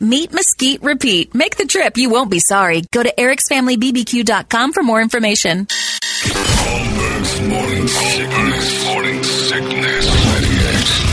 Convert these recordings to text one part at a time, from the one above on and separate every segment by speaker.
Speaker 1: Meet, mesquite, repeat. Make the trip, you won't be sorry. Go to ericsfamilybbq.com for more information.
Speaker 2: Holmberg's morning sickness. Morning sickness.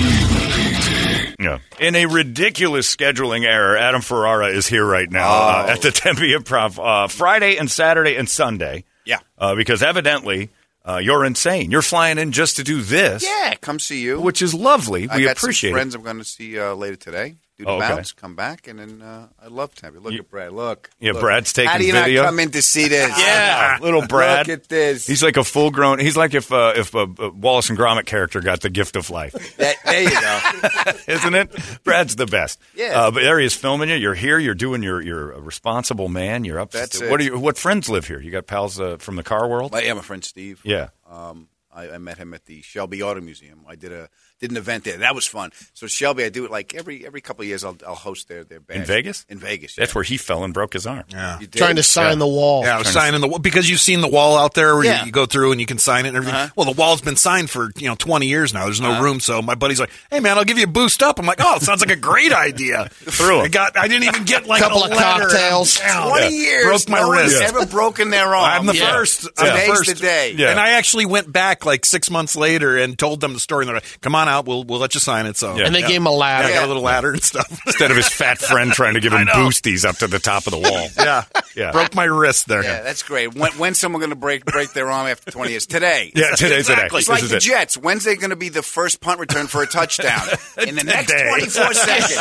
Speaker 2: 98
Speaker 3: Yeah. In a ridiculous scheduling error, Adam Ferrara is here right now uh, at the Tempe Improv uh, Friday and Saturday and Sunday.
Speaker 4: Yeah.
Speaker 3: Uh, because evidently uh, you're insane. You're flying in just to do this.
Speaker 4: Yeah, come see you.
Speaker 3: Which is lovely.
Speaker 4: I
Speaker 3: we
Speaker 4: got
Speaker 3: appreciate
Speaker 4: some friends
Speaker 3: it.
Speaker 4: I'm going to see uh, later today. Do the
Speaker 3: Oh, okay.
Speaker 4: bounce, come back, and then uh, I love Tempe. Look at Brad. Look.
Speaker 3: Yeah,
Speaker 4: Look.
Speaker 3: Brad's taking
Speaker 4: How do you
Speaker 3: video.
Speaker 4: not come in to see this?
Speaker 3: Yeah, little Brad.
Speaker 4: Look at this.
Speaker 3: He's like a full grown. He's like if uh, if a, a Wallace and Gromit character got the gift of life,
Speaker 4: That- there you go.
Speaker 3: isn't it? Brad's the best.
Speaker 4: Yeah.
Speaker 3: Uh, but there he is filming you. You're here. You're doing your. You're a responsible man. You're up.
Speaker 4: That's
Speaker 3: what
Speaker 4: it.
Speaker 3: are you? What friends live here? You got pals uh, from the car world.
Speaker 4: I am a friend, Steve.
Speaker 3: yeah.
Speaker 4: Um, I, I met him at the Shelby Auto Museum. I did a did an event there. That was fun. So Shelby, I do it like every every couple of years. I'll, I'll host their their bash.
Speaker 3: Vegas?
Speaker 4: In Vegas.
Speaker 3: That's where he fell and broke his arm.
Speaker 5: Yeah.
Speaker 4: You did?
Speaker 5: Trying to sign the wall.
Speaker 6: Yeah, I was signing the wall because you've seen the wall out there where
Speaker 4: Yeah. Uh-huh.
Speaker 6: you, you go through and you can sign it and everything. Well, the wall's been signed for you know twenty years now. There's no room, so my buddy's like, "Hey, man, I'll give you a boost up." I'm like, "Oh, it sounds like a great idea."
Speaker 3: Threw him.
Speaker 6: I got. I didn't even get like
Speaker 5: Couple
Speaker 6: a
Speaker 5: of
Speaker 6: letter.
Speaker 5: cocktails.
Speaker 6: I'm down.
Speaker 4: Twenty years.
Speaker 6: Broke my
Speaker 4: no
Speaker 6: wrist.
Speaker 4: One's ever broken their arm.
Speaker 6: I'm the
Speaker 3: Yeah.
Speaker 6: first. I'm
Speaker 4: Today's
Speaker 6: the first
Speaker 4: the day.
Speaker 3: Yeah.
Speaker 6: And I actually went back like six months later and told them the story. And they're like, "Come on out. We'll we'll let you sign it." So
Speaker 3: Yeah.
Speaker 5: And they gave him a
Speaker 6: I
Speaker 5: ladder.
Speaker 6: got a little ladder and stuff.
Speaker 3: Instead of his fat friend trying to give him boosties up to the top of the wall.
Speaker 6: yeah.
Speaker 3: Yeah.
Speaker 6: Broke my wrist there.
Speaker 4: Yeah, that's great. When when's someone going to break break their arm after twenty years? Today.
Speaker 3: Yeah, today's the day.
Speaker 4: It's
Speaker 3: This
Speaker 4: like
Speaker 3: is
Speaker 4: the
Speaker 3: it.
Speaker 4: Jets. When's they going to be the first punt return for a touchdown? In the next
Speaker 3: Today.
Speaker 4: 24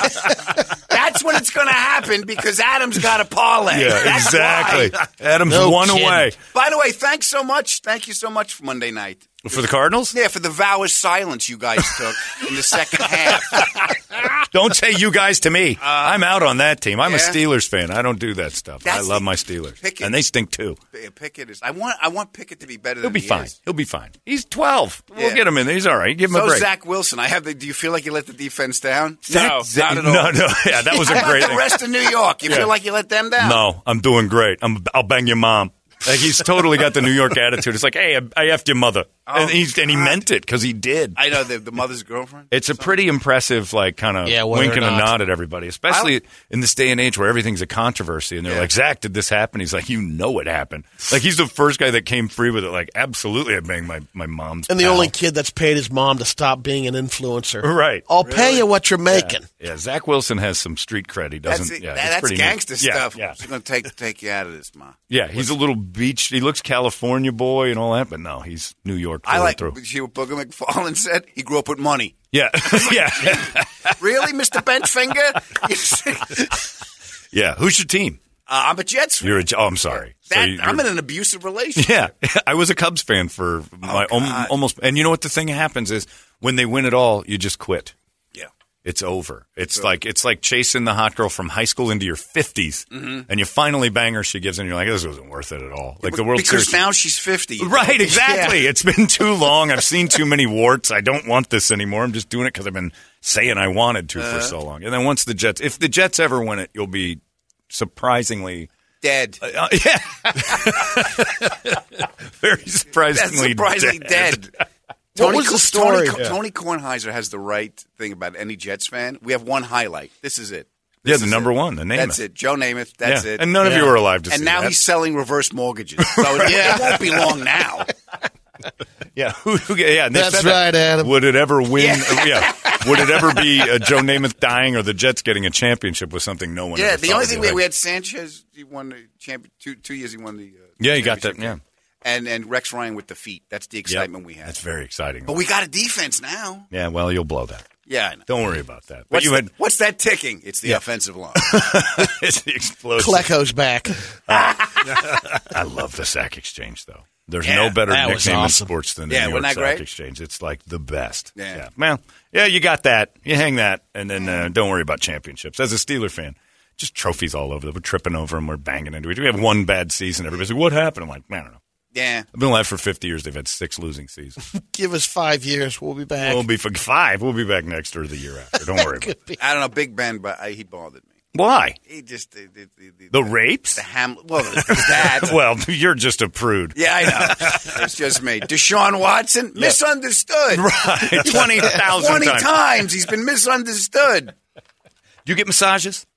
Speaker 4: seconds. That's when it's going to happen because Adam's got a parlay.
Speaker 3: Yeah,
Speaker 4: That's
Speaker 3: exactly.
Speaker 4: why.
Speaker 3: Adam's
Speaker 5: No
Speaker 3: one
Speaker 5: kidding.
Speaker 3: away
Speaker 4: By the way, thanks so much. Thank you so much for Monday night.
Speaker 3: for the Cardinals.
Speaker 4: Yeah, for the vow of silence you guys took in the second half.
Speaker 3: Don't say you guys to me. I'm out on that team. I'm a
Speaker 4: Uh, yeah.
Speaker 3: Steelers fan. I don't do that stuff. I
Speaker 4: That's
Speaker 3: love
Speaker 4: the-
Speaker 3: my Steelers,
Speaker 4: Pickett-
Speaker 3: and they stink too.
Speaker 4: Pickett is. I want. I want Pickett to be better
Speaker 3: He'll
Speaker 4: than
Speaker 3: be
Speaker 4: he
Speaker 3: fine.
Speaker 4: is.
Speaker 3: He'll be fine. He's 12. We'll
Speaker 4: Yeah.
Speaker 3: get him in there. He's all right. Give him a
Speaker 4: So
Speaker 3: break.
Speaker 4: Zach Wilson, I have the. Do you feel like you let the defense down?
Speaker 3: Zach- Zach- No, no. Yeah, that was a
Speaker 4: How
Speaker 3: great.
Speaker 4: about the rest of New York? You
Speaker 3: Yeah.
Speaker 4: feel like you let them down?
Speaker 3: No, I'm doing great. I'm, I'll bang your mom. Like he's totally got the New York attitude. It's like, hey, I, I effed your mother,
Speaker 4: Oh,
Speaker 3: and, he's, and he meant it because he did.
Speaker 4: I know the, the mother's girlfriend.
Speaker 3: It's a pretty impressive, like, kind of
Speaker 5: Yeah, whether
Speaker 3: wink
Speaker 5: or
Speaker 3: and a
Speaker 5: not.
Speaker 3: nod at everybody, especially in this day and age where everything's a controversy. And they're like, Zach, did this happen? He's like, you know it happened. Like, he's the first guy that came free with it. Like, absolutely, I banged my, my mom's.
Speaker 5: And the
Speaker 3: pal.
Speaker 5: only kid that's paid his mom to stop being an influencer.
Speaker 3: Right.
Speaker 5: I'll pay you what you're making.
Speaker 3: Yeah, Zach Wilson has some street cred. He doesn't.
Speaker 4: That's, it.
Speaker 3: yeah,
Speaker 4: That-
Speaker 3: it's
Speaker 4: that's
Speaker 3: pretty neat.
Speaker 4: gangster
Speaker 3: Yeah,
Speaker 4: stuff.
Speaker 3: Yeah,
Speaker 4: She's gonna take take you out of this, ma.
Speaker 3: yeah. He's a little beach. He looks California boy and all that, but no, he's New York through
Speaker 4: I like
Speaker 3: and through.
Speaker 4: she what Booger McFarlane said. He grew up with money.
Speaker 3: Yeah, yeah,
Speaker 4: Really, Mister Bentfinger? uh,
Speaker 3: yeah. Who's your team?
Speaker 4: I'm a Uh, Jets. fan.
Speaker 3: You're a. Oh, I'm sorry. So
Speaker 4: That,
Speaker 3: you're-
Speaker 4: I'm in an abusive relationship.
Speaker 3: Yeah, I was a Cubs fan for my om- almost. And you know what the thing happens is when they win it all, you just quit.
Speaker 4: Yeah.
Speaker 3: it's over. It's like it's like chasing the hot girl from high school into your 50s and you finally bang her. She gives, and you're like, this wasn't worth it at all. Like the World
Speaker 4: because
Speaker 3: Series.
Speaker 4: now she's fifty.
Speaker 3: Right, exactly. It's been too long. I've seen too many warts. I don't want this anymore. I'm just doing it because I've been saying I wanted to for so long. And then once the Jets, if the Jets ever win it, you'll be surprisingly,
Speaker 4: dead.
Speaker 3: uh, yeah, very
Speaker 4: That's
Speaker 3: surprisingly,
Speaker 4: surprisingly dead.
Speaker 5: What was
Speaker 4: Co-
Speaker 5: the
Speaker 4: Tony,
Speaker 5: story?
Speaker 4: Co- Tony Kornheiser has the right thing about any Jets fan. We have one highlight. This is it.
Speaker 3: Yeah,
Speaker 4: This
Speaker 3: the
Speaker 4: is
Speaker 3: number
Speaker 4: it.
Speaker 3: one, the Namath.
Speaker 4: That's it. Joe Namath. That's
Speaker 3: Yeah.
Speaker 4: it.
Speaker 3: And none of you were alive to
Speaker 4: and
Speaker 3: see
Speaker 4: now
Speaker 3: that.
Speaker 4: he's selling reverse mortgages. So it, it won't be long now.
Speaker 3: Yeah, who, who, yeah. and they
Speaker 5: That's
Speaker 3: said that.
Speaker 5: right, Adam.
Speaker 3: Would it ever win? uh, Yeah. Would it ever be uh, Joe Namath dying or the Jets getting a championship was something no one?
Speaker 4: yeah,
Speaker 3: ever
Speaker 4: the
Speaker 3: thought
Speaker 4: only
Speaker 3: would
Speaker 4: thing
Speaker 3: be
Speaker 4: we,
Speaker 3: like-
Speaker 4: we had Sanchez. He won the champion two two years. He won the uh,
Speaker 3: Yeah, you got that,
Speaker 4: championship game. and and Rex Ryan with the feet. That's the
Speaker 3: Yep.
Speaker 4: excitement we had.
Speaker 3: That's very exciting.
Speaker 4: But we got a defense now.
Speaker 3: yeah, well, you'll blow that.
Speaker 4: Yeah, I know.
Speaker 3: Don't worry about that. But
Speaker 4: What's,
Speaker 3: you had
Speaker 4: that, what's that ticking? It's the
Speaker 3: Yeah.
Speaker 4: offensive line.
Speaker 3: it's the explosive.
Speaker 5: Klecko's back.
Speaker 3: I love the sack exchange though. There's
Speaker 4: Yeah,
Speaker 3: no better
Speaker 5: that
Speaker 3: nickname
Speaker 5: was
Speaker 3: in
Speaker 5: awesome.
Speaker 3: sports than the
Speaker 4: Yeah,
Speaker 3: New York
Speaker 4: wasn't
Speaker 3: Sack
Speaker 4: that great?
Speaker 3: Exchange. It's like the best.
Speaker 4: Yeah.
Speaker 3: Well, yeah, you got that. You hang that, and then uh, don't worry about championships. As a Steeler fan, just trophies all over. We're tripping over them. We're banging into each. We have one bad season. Everybody's like, "What happened?" I'm like, "I don't know."
Speaker 4: yeah,
Speaker 3: I've been alive for 50 years. They've had six losing seasons.
Speaker 5: Give us five years. We'll be back.
Speaker 3: we'll be for five. We'll be back next or the year after. Don't worry. about it.
Speaker 4: I don't know Big Ben, but I, he bothered me.
Speaker 3: Why
Speaker 4: He just the the, the, the,
Speaker 3: the rapes?
Speaker 4: the Hamlet. Well, there's that.
Speaker 3: Well, you're just a prude.
Speaker 4: Yeah, I know. it's just me. Deshaun Watson misunderstood.
Speaker 3: Right, twenty thousand
Speaker 4: Twenty
Speaker 3: times.
Speaker 4: times he's been misunderstood.
Speaker 3: You get massages?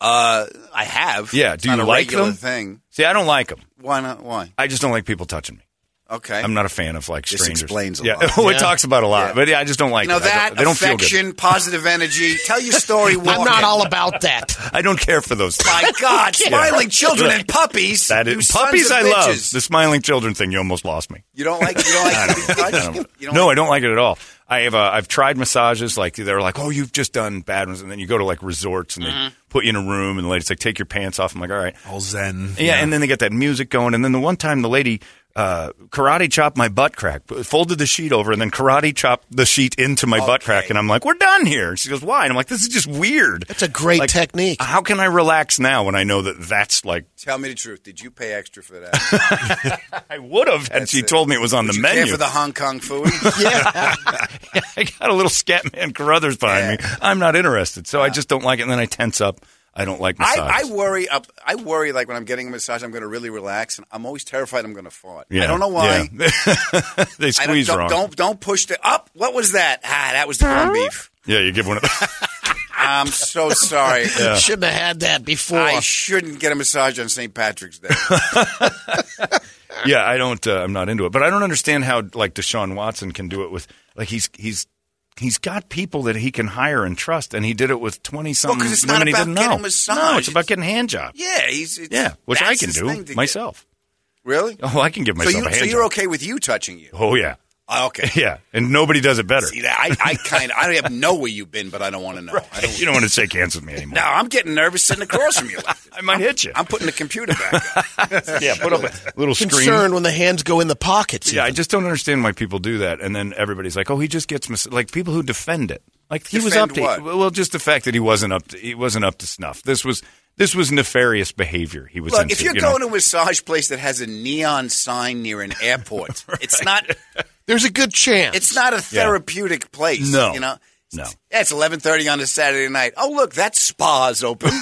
Speaker 4: Uh, I have.
Speaker 3: Yeah,
Speaker 4: It's
Speaker 3: do
Speaker 4: not
Speaker 3: you
Speaker 4: a
Speaker 3: like
Speaker 4: regular
Speaker 3: them?
Speaker 4: Thing.
Speaker 3: See, I don't like them.
Speaker 4: Why not? Why?
Speaker 3: I just don't like people touching me.
Speaker 4: Okay.
Speaker 3: I'm not a fan of like
Speaker 4: This
Speaker 3: strangers.
Speaker 4: explains a
Speaker 3: yeah.
Speaker 4: lot.
Speaker 3: well, it talks about a lot, but yeah, I just don't like.
Speaker 4: You know
Speaker 3: it. I
Speaker 4: that
Speaker 3: don't- they don't feel
Speaker 4: affection, positive energy. Tell your story.
Speaker 5: I'm
Speaker 4: walking.
Speaker 5: not all about that.
Speaker 3: good. I don't care for those. things.
Speaker 4: My God, smiling children and puppies.
Speaker 3: That
Speaker 4: you
Speaker 3: is,
Speaker 4: sons
Speaker 3: puppies,
Speaker 4: of
Speaker 3: I love
Speaker 4: bitches.
Speaker 3: the smiling children thing. You almost lost me.
Speaker 4: You don't like. You don't like. to be touched? You don't
Speaker 3: no,
Speaker 4: like-
Speaker 3: I don't like it at all. I have. Uh, I've tried massages. Like they're like, oh, you've just done bad ones, and then you go to like resorts and
Speaker 4: Mm-hmm.
Speaker 3: they put you in a room, and the lady's like, take your pants off. I'm like, all right.
Speaker 6: All zen.
Speaker 3: Yeah, and then they got that music going, and then the one time the lady uh, karate chopped my butt crack, folded the sheet over, and then karate chopped the sheet into my butt crack, and I'm like, "We're done here." And she goes, "Why?" And I'm like, "This is just weird."
Speaker 5: That's a great
Speaker 3: Like,
Speaker 5: technique.
Speaker 3: How can I relax now when I know that that's like
Speaker 4: Tell me the truth. Did you pay extra for that?
Speaker 3: I would have had
Speaker 4: That's
Speaker 3: she
Speaker 4: it.
Speaker 3: told me it was on
Speaker 4: Did
Speaker 3: the
Speaker 4: you
Speaker 3: menu?
Speaker 4: Care for the Hong Kong food.
Speaker 3: I got a little Scatman Carruthers behind me. I'm not interested, so I just don't like it. And then I tense up. I don't like massages.
Speaker 4: I, I worry. Up, I worry like when I'm getting a massage, I'm going to really relax, and I'm always terrified I'm going to fart.
Speaker 3: Yeah,
Speaker 4: I don't know why.
Speaker 3: yeah. they
Speaker 4: I don't,
Speaker 3: squeeze
Speaker 4: don't,
Speaker 3: wrong.
Speaker 4: don't don't push the up. What was that? Ah, that was the corned beef.
Speaker 3: Yeah, you give one. of
Speaker 4: I'm so sorry.
Speaker 5: Shouldn't have had that before.
Speaker 4: I shouldn't get a massage on St. Patrick's Day.
Speaker 3: yeah, I don't. Uh, I'm not into it, but I don't understand how like Deshaun Watson can do it with like he's he's he's got people that he can hire and trust, and he did it with twenty something
Speaker 4: 'cause it's not
Speaker 3: women he
Speaker 4: about
Speaker 3: didn't
Speaker 4: getting
Speaker 3: know.
Speaker 4: a massage.
Speaker 3: No, it's about
Speaker 4: It's-
Speaker 3: getting a hand job.
Speaker 4: yeah, he's it's,
Speaker 3: Yeah, which
Speaker 4: that's
Speaker 3: I can
Speaker 4: his thing to
Speaker 3: do
Speaker 4: get.
Speaker 3: myself.
Speaker 4: Really?
Speaker 3: Oh, I can give
Speaker 4: so
Speaker 3: myself
Speaker 4: you
Speaker 3: a hand
Speaker 4: so you're
Speaker 3: job.
Speaker 4: okay with you touching you?
Speaker 3: Oh yeah,
Speaker 4: Ah, Okay.
Speaker 3: yeah, and nobody does it better.
Speaker 4: See that? I, I kind of I don't have know where you've been, but I don't want to know. I don't,
Speaker 3: You don't want to shake hands with me anymore.
Speaker 4: no, I'm getting nervous sitting across from you.
Speaker 3: I might hit you.
Speaker 4: I'm putting the computer back. up.
Speaker 3: yeah, put up a little screen.
Speaker 5: Concerned when the hands go in the pockets.
Speaker 3: Yeah, I
Speaker 5: even.
Speaker 3: just don't understand why people do that. And then everybody's like, "Oh, he just gets mis-. like people who defend it." Like he was
Speaker 4: Defend
Speaker 3: up to
Speaker 4: what?
Speaker 3: well, just the fact that he wasn't up to he wasn't up to snuff. This was this was nefarious behavior. He was
Speaker 4: Look,
Speaker 3: into,
Speaker 4: if you're
Speaker 3: you know?
Speaker 4: going to a massage place that has a neon sign near an airport, it's not
Speaker 5: There's a good chance.
Speaker 4: it's not a therapeutic place.
Speaker 3: No.
Speaker 4: you know.
Speaker 3: No.
Speaker 4: Yeah, it's eleven thirty on a Saturday night. Oh, look, that spa's open.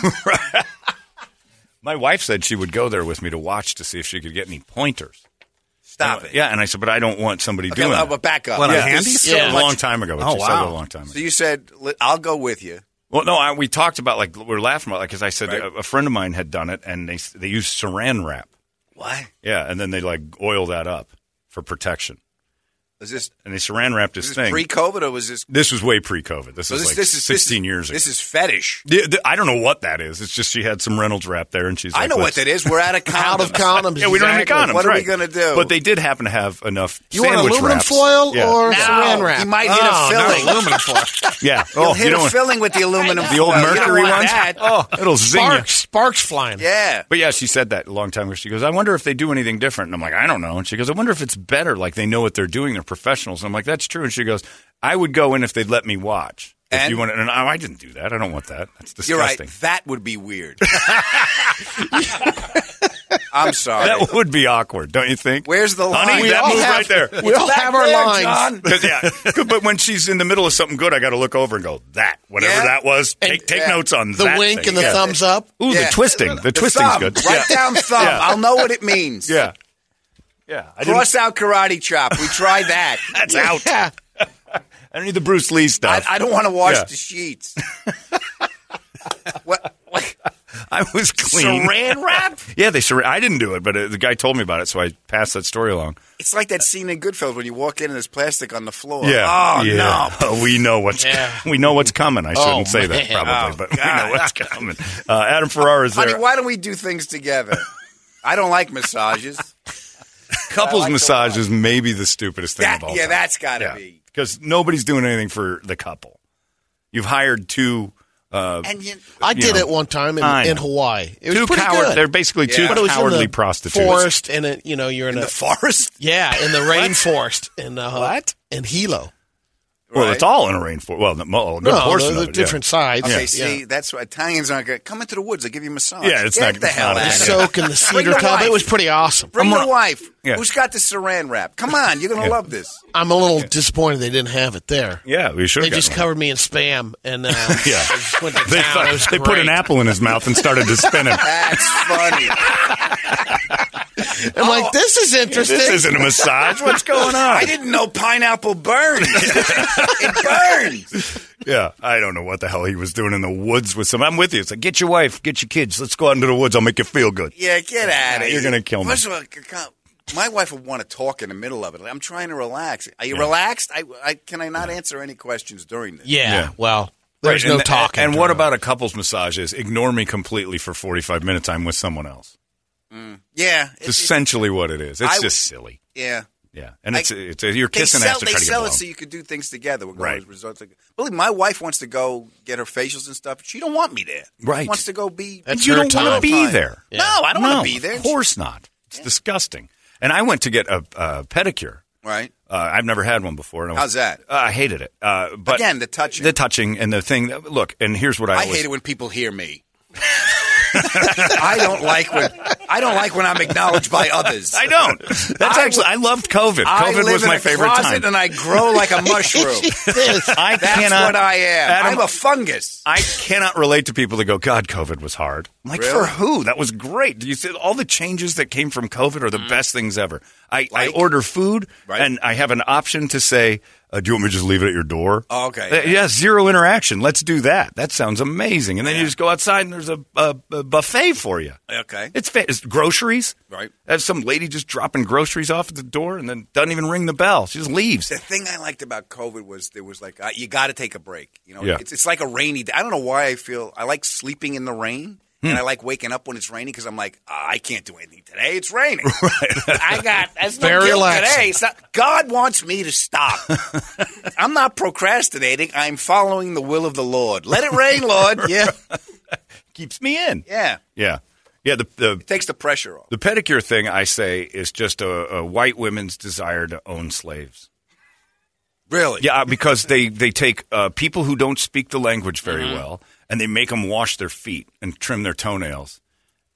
Speaker 3: my wife said she would go there with me to watch to see if she could get any pointers.
Speaker 4: Stop
Speaker 3: And I-
Speaker 4: it.
Speaker 3: Yeah, and I said, but I don't want somebody
Speaker 4: Okay,
Speaker 3: doing
Speaker 4: well,
Speaker 3: that.
Speaker 4: but back up.
Speaker 3: Well,
Speaker 4: Yeah.
Speaker 3: yeah,
Speaker 4: There's
Speaker 3: this is
Speaker 4: so
Speaker 3: a
Speaker 4: much-
Speaker 3: long time ago. Oh wow, a long time ago.
Speaker 4: So you said, "Li- "I'll go with you."
Speaker 3: Well, no, I, we talked about like we are laughing about like because I said
Speaker 4: Right.
Speaker 3: a, a friend of mine had done it and they s- they used Saran wrap.
Speaker 4: What
Speaker 3: Yeah, and then they like oil that up for protection,
Speaker 4: is this?
Speaker 3: and they Saran wrapped his
Speaker 4: Is this
Speaker 3: thing.
Speaker 4: pre-COVID or was this?
Speaker 3: This was way pre-COVID. This
Speaker 4: So
Speaker 3: is
Speaker 4: this,
Speaker 3: like
Speaker 4: this is this is-
Speaker 3: 16 years ago.
Speaker 4: This is fetish.
Speaker 3: The- the- I don't know what that is. It's just she had some Reynolds wrap there, and she's. Like,
Speaker 4: I know what
Speaker 3: let's-
Speaker 4: that is. We're out of condoms.
Speaker 5: out of condoms.
Speaker 3: Yeah, we don't have any
Speaker 5: exactly.
Speaker 3: condoms.
Speaker 4: What are we
Speaker 3: right.
Speaker 4: gonna do?
Speaker 3: But they did happen to have enough.
Speaker 5: You want
Speaker 3: sandwich
Speaker 5: aluminum
Speaker 3: wraps.
Speaker 5: foil
Speaker 3: yeah.
Speaker 5: or
Speaker 4: No,
Speaker 5: saran wrap?
Speaker 4: He might hit
Speaker 5: Oh,
Speaker 4: a filling.
Speaker 6: aluminum foil.
Speaker 3: Yeah.
Speaker 4: He'll
Speaker 3: oh,
Speaker 4: hit
Speaker 3: you
Speaker 4: a
Speaker 3: don't,
Speaker 4: filling with the aluminum.
Speaker 3: The old
Speaker 4: foil. You don't
Speaker 3: mercury
Speaker 4: want
Speaker 3: ones.
Speaker 4: that.
Speaker 3: Oh, it'll zing you.
Speaker 5: sparks, sparks flying.
Speaker 4: Yeah.
Speaker 3: But yeah, she said that a long time ago. She goes, I wonder if they do anything different. And I'm like, I don't know. And she goes, I wonder if it's better. Like they know what they're doing. They're professionals. And I'm like, that's true. And she goes, I would go in if they'd let me watch. If
Speaker 4: And-
Speaker 3: you want to, no, I didn't do that. I don't want that. That's disgusting.
Speaker 4: You're right. That would be weird. I'm sorry.
Speaker 3: That would be awkward, don't you think?
Speaker 4: Where's the line?
Speaker 3: Honey,
Speaker 5: We
Speaker 3: that
Speaker 5: all
Speaker 3: move
Speaker 5: have-
Speaker 3: right there.
Speaker 5: we
Speaker 3: It's
Speaker 5: all
Speaker 3: back
Speaker 5: have our
Speaker 3: there,
Speaker 5: lines.
Speaker 3: John. 'Cause, yeah, 'cause- but when she's in the middle of something good, I got to look over and go, that, whatever
Speaker 4: Yeah.
Speaker 3: that was,
Speaker 5: And-
Speaker 3: take, take
Speaker 4: yeah.
Speaker 3: notes on
Speaker 5: The
Speaker 3: that.
Speaker 5: wink
Speaker 3: thing.
Speaker 5: and the
Speaker 3: Yeah.
Speaker 5: thumbs up.
Speaker 3: Ooh,
Speaker 4: Yeah.
Speaker 3: the twisting. The, twisting's
Speaker 4: thumb.
Speaker 3: good.
Speaker 4: Right down thumb.
Speaker 3: Yeah.
Speaker 4: I'll know what it means.
Speaker 3: Yeah. Yeah. I didn't,
Speaker 4: Cross out karate chop. We tried that.
Speaker 3: that's out. I don't need the Bruce Lee
Speaker 4: I,
Speaker 3: stuff.
Speaker 4: I don't want to wash
Speaker 3: Yeah.
Speaker 4: the sheets. what? what-
Speaker 3: I, was clean.
Speaker 4: Saran wrap?
Speaker 3: yeah, they saran. I didn't do it, but uh the guy told me about it, so I passed that story along.
Speaker 4: It's like that scene in Goodfellas when you walk in and there's plastic on the floor.
Speaker 3: Yeah.
Speaker 4: Oh
Speaker 3: Yeah.
Speaker 4: no.
Speaker 3: Oh, we know what's
Speaker 5: Yeah.
Speaker 3: we know what's coming. I shouldn't
Speaker 5: Oh,
Speaker 3: say that
Speaker 5: man.
Speaker 3: probably,
Speaker 4: Oh,
Speaker 3: but we
Speaker 4: God.
Speaker 3: know what's coming. Uh, Adam Ferrara is there.
Speaker 4: Honey, why don't we do things together? I don't like massages.
Speaker 3: Couples massage is maybe the stupidest thing
Speaker 4: That-
Speaker 3: of all.
Speaker 4: yeah,
Speaker 3: time.
Speaker 4: that's gotta be.
Speaker 3: because nobody's doing anything for the couple. You've hired two. Uh,
Speaker 4: And you,
Speaker 5: I
Speaker 3: You
Speaker 5: did
Speaker 3: know.
Speaker 5: it one time in,
Speaker 3: I know.
Speaker 5: in Hawaii. It was
Speaker 3: two
Speaker 5: pretty
Speaker 3: coward.
Speaker 5: good.
Speaker 3: They're basically
Speaker 4: Yeah. But
Speaker 3: two
Speaker 4: it
Speaker 5: was in the
Speaker 3: cowardly prostitutes.
Speaker 5: Forest and it, you know you're in,
Speaker 4: in
Speaker 5: a
Speaker 4: the forest.
Speaker 5: yeah in the rainforest in uh,
Speaker 3: What?
Speaker 5: in Hilo.
Speaker 3: Well,
Speaker 4: Right.
Speaker 3: it's all in a rainforest. Well, the, well, a good
Speaker 5: No,
Speaker 3: portion
Speaker 5: the,
Speaker 3: of
Speaker 5: the
Speaker 3: it,
Speaker 5: different sides.
Speaker 4: Okay,
Speaker 5: Yeah.
Speaker 4: see, that's why Italians aren't going to come into the woods. They give you a massage.
Speaker 3: Yeah, it's
Speaker 4: Get
Speaker 3: not-
Speaker 4: the
Speaker 3: it's
Speaker 4: hell
Speaker 3: not
Speaker 4: out
Speaker 5: The
Speaker 4: of
Speaker 3: a-
Speaker 4: here.
Speaker 5: soak and the
Speaker 4: Bring
Speaker 5: cedar
Speaker 4: the
Speaker 5: cup. It
Speaker 4: wife.
Speaker 5: was pretty awesome.
Speaker 4: Bring
Speaker 3: I'm
Speaker 4: your
Speaker 3: gonna-
Speaker 4: wife.
Speaker 3: Yeah.
Speaker 4: Who's got the saran wrap? Come on, you're going to
Speaker 3: Yeah.
Speaker 4: love this.
Speaker 5: I'm a little disappointed they didn't have it there.
Speaker 3: Yeah, yeah we should.
Speaker 5: They just covered me in spam and uh, yeah. just went to
Speaker 3: They,
Speaker 5: town.
Speaker 3: thought-
Speaker 5: It was
Speaker 3: they put an
Speaker 5: great.
Speaker 3: apple in his mouth and started to spin it.
Speaker 4: That's funny.
Speaker 5: I'm like, this is interesting.
Speaker 3: Oh. this isn't a massage. What's going on?
Speaker 4: I didn't know pineapple burns. it burns.
Speaker 3: Yeah, I don't know what the hell he was doing in the woods with some. I'm with you. It's like get your wife, get your kids. Let's go out into the woods. I'll make you feel good.
Speaker 4: Yeah, get out of
Speaker 3: You're
Speaker 4: here.
Speaker 3: gonna kill me.
Speaker 4: First of all, c- come- my wife would want to talk in the middle of it. Like, I'm trying to relax. Are you relaxed? I, I can I not answer any questions during this?
Speaker 5: yeah,
Speaker 3: Yeah.
Speaker 5: Well, there's
Speaker 3: Right,
Speaker 5: no
Speaker 3: and-
Speaker 5: talking.
Speaker 3: And what
Speaker 5: during
Speaker 3: about a couple's massage? Is ignore me completely for 45 minutes. I'm with someone else.
Speaker 4: Yeah,
Speaker 3: It's
Speaker 4: it-
Speaker 3: essentially what it is. It's
Speaker 4: I-
Speaker 3: just silly.
Speaker 4: it- yeah.
Speaker 3: Yeah, and it's
Speaker 4: I-
Speaker 3: it's you're
Speaker 4: They
Speaker 3: kissing
Speaker 4: sell,
Speaker 3: after
Speaker 4: they
Speaker 3: trying to get
Speaker 4: sell it
Speaker 3: blown.
Speaker 4: so you could do things together. We're going
Speaker 3: Right.
Speaker 4: to results. like- Believe me, my wife wants to go get her facials and stuff. She don't want me there.
Speaker 3: Right.
Speaker 4: She wants to go be.
Speaker 5: That's
Speaker 3: you
Speaker 5: her
Speaker 3: don't want to
Speaker 5: time.
Speaker 3: be there.
Speaker 4: No, I don't
Speaker 3: no,
Speaker 4: want to be there.
Speaker 3: Of course not. It's disgusting. And I went to get a, a pedicure.
Speaker 4: Right.
Speaker 3: Uh, I've never had one before. and I was-
Speaker 4: How's that?
Speaker 3: Uh, I hated it. Uh, but
Speaker 4: Again, the touching.
Speaker 3: the touching, and the thing. That, look, and here's what I,
Speaker 4: I
Speaker 3: always-
Speaker 4: hate it when people hear me. I don't like when I don't like when I'm acknowledged by others.
Speaker 3: I don't. That's
Speaker 4: I-
Speaker 3: actually. I loved COVID.
Speaker 4: I
Speaker 3: COVID
Speaker 4: live
Speaker 3: was
Speaker 4: in
Speaker 3: my
Speaker 4: a
Speaker 3: favorite
Speaker 4: closet
Speaker 3: time.
Speaker 4: and I grow like a mushroom.
Speaker 5: this.
Speaker 3: I
Speaker 4: That's
Speaker 3: cannot.
Speaker 4: what I am.
Speaker 3: Adam,
Speaker 4: I'm a fungus.
Speaker 3: I cannot relate to people that go, God, COVID was hard. I'm like, for
Speaker 4: Really?
Speaker 3: who? That was great. Do you see all the changes that came from COVID are the best things ever? I, I
Speaker 4: Mm. Like?
Speaker 3: order food
Speaker 4: Right.
Speaker 3: and I have an option to say, uh, Do you want me to just leave it at your door?
Speaker 4: Oh, okay.
Speaker 3: Uh, yeah, zero interaction. Let's do that. That sounds amazing. And then you just go outside and there's a, a, a buffet for you.
Speaker 4: Okay.
Speaker 3: It's, fa- it's groceries.
Speaker 4: Right.
Speaker 3: I have some lady just dropping groceries off at the door and then doesn't even ring the bell. She just leaves.
Speaker 4: The thing I liked about COVID was there was like uh, you got to take a break. You know,
Speaker 3: Yeah.
Speaker 4: it's it's like a rainy day. I don't know why I feel I like sleeping in the rain.
Speaker 3: Hmm.
Speaker 4: And I like waking up when it's raining because I'm like, "Ah, I can't do anything today. It's raining. I got that's no
Speaker 5: Very
Speaker 4: guilt
Speaker 5: relaxing.
Speaker 4: today. It's not- God wants me to stop. I'm not procrastinating. I'm following the will of the Lord. Let it rain, Lord. Yeah,
Speaker 3: Keeps me in.
Speaker 4: yeah.
Speaker 3: Yeah. Yeah. The, the
Speaker 4: It takes the pressure off.
Speaker 3: The pedicure thing, I say, is just a, a white women's desire to own slaves.
Speaker 4: Really?
Speaker 3: Yeah, because they, they take uh, people who don't speak the language very
Speaker 4: Mm-hmm.
Speaker 3: well and they make them wash their feet and trim their toenails.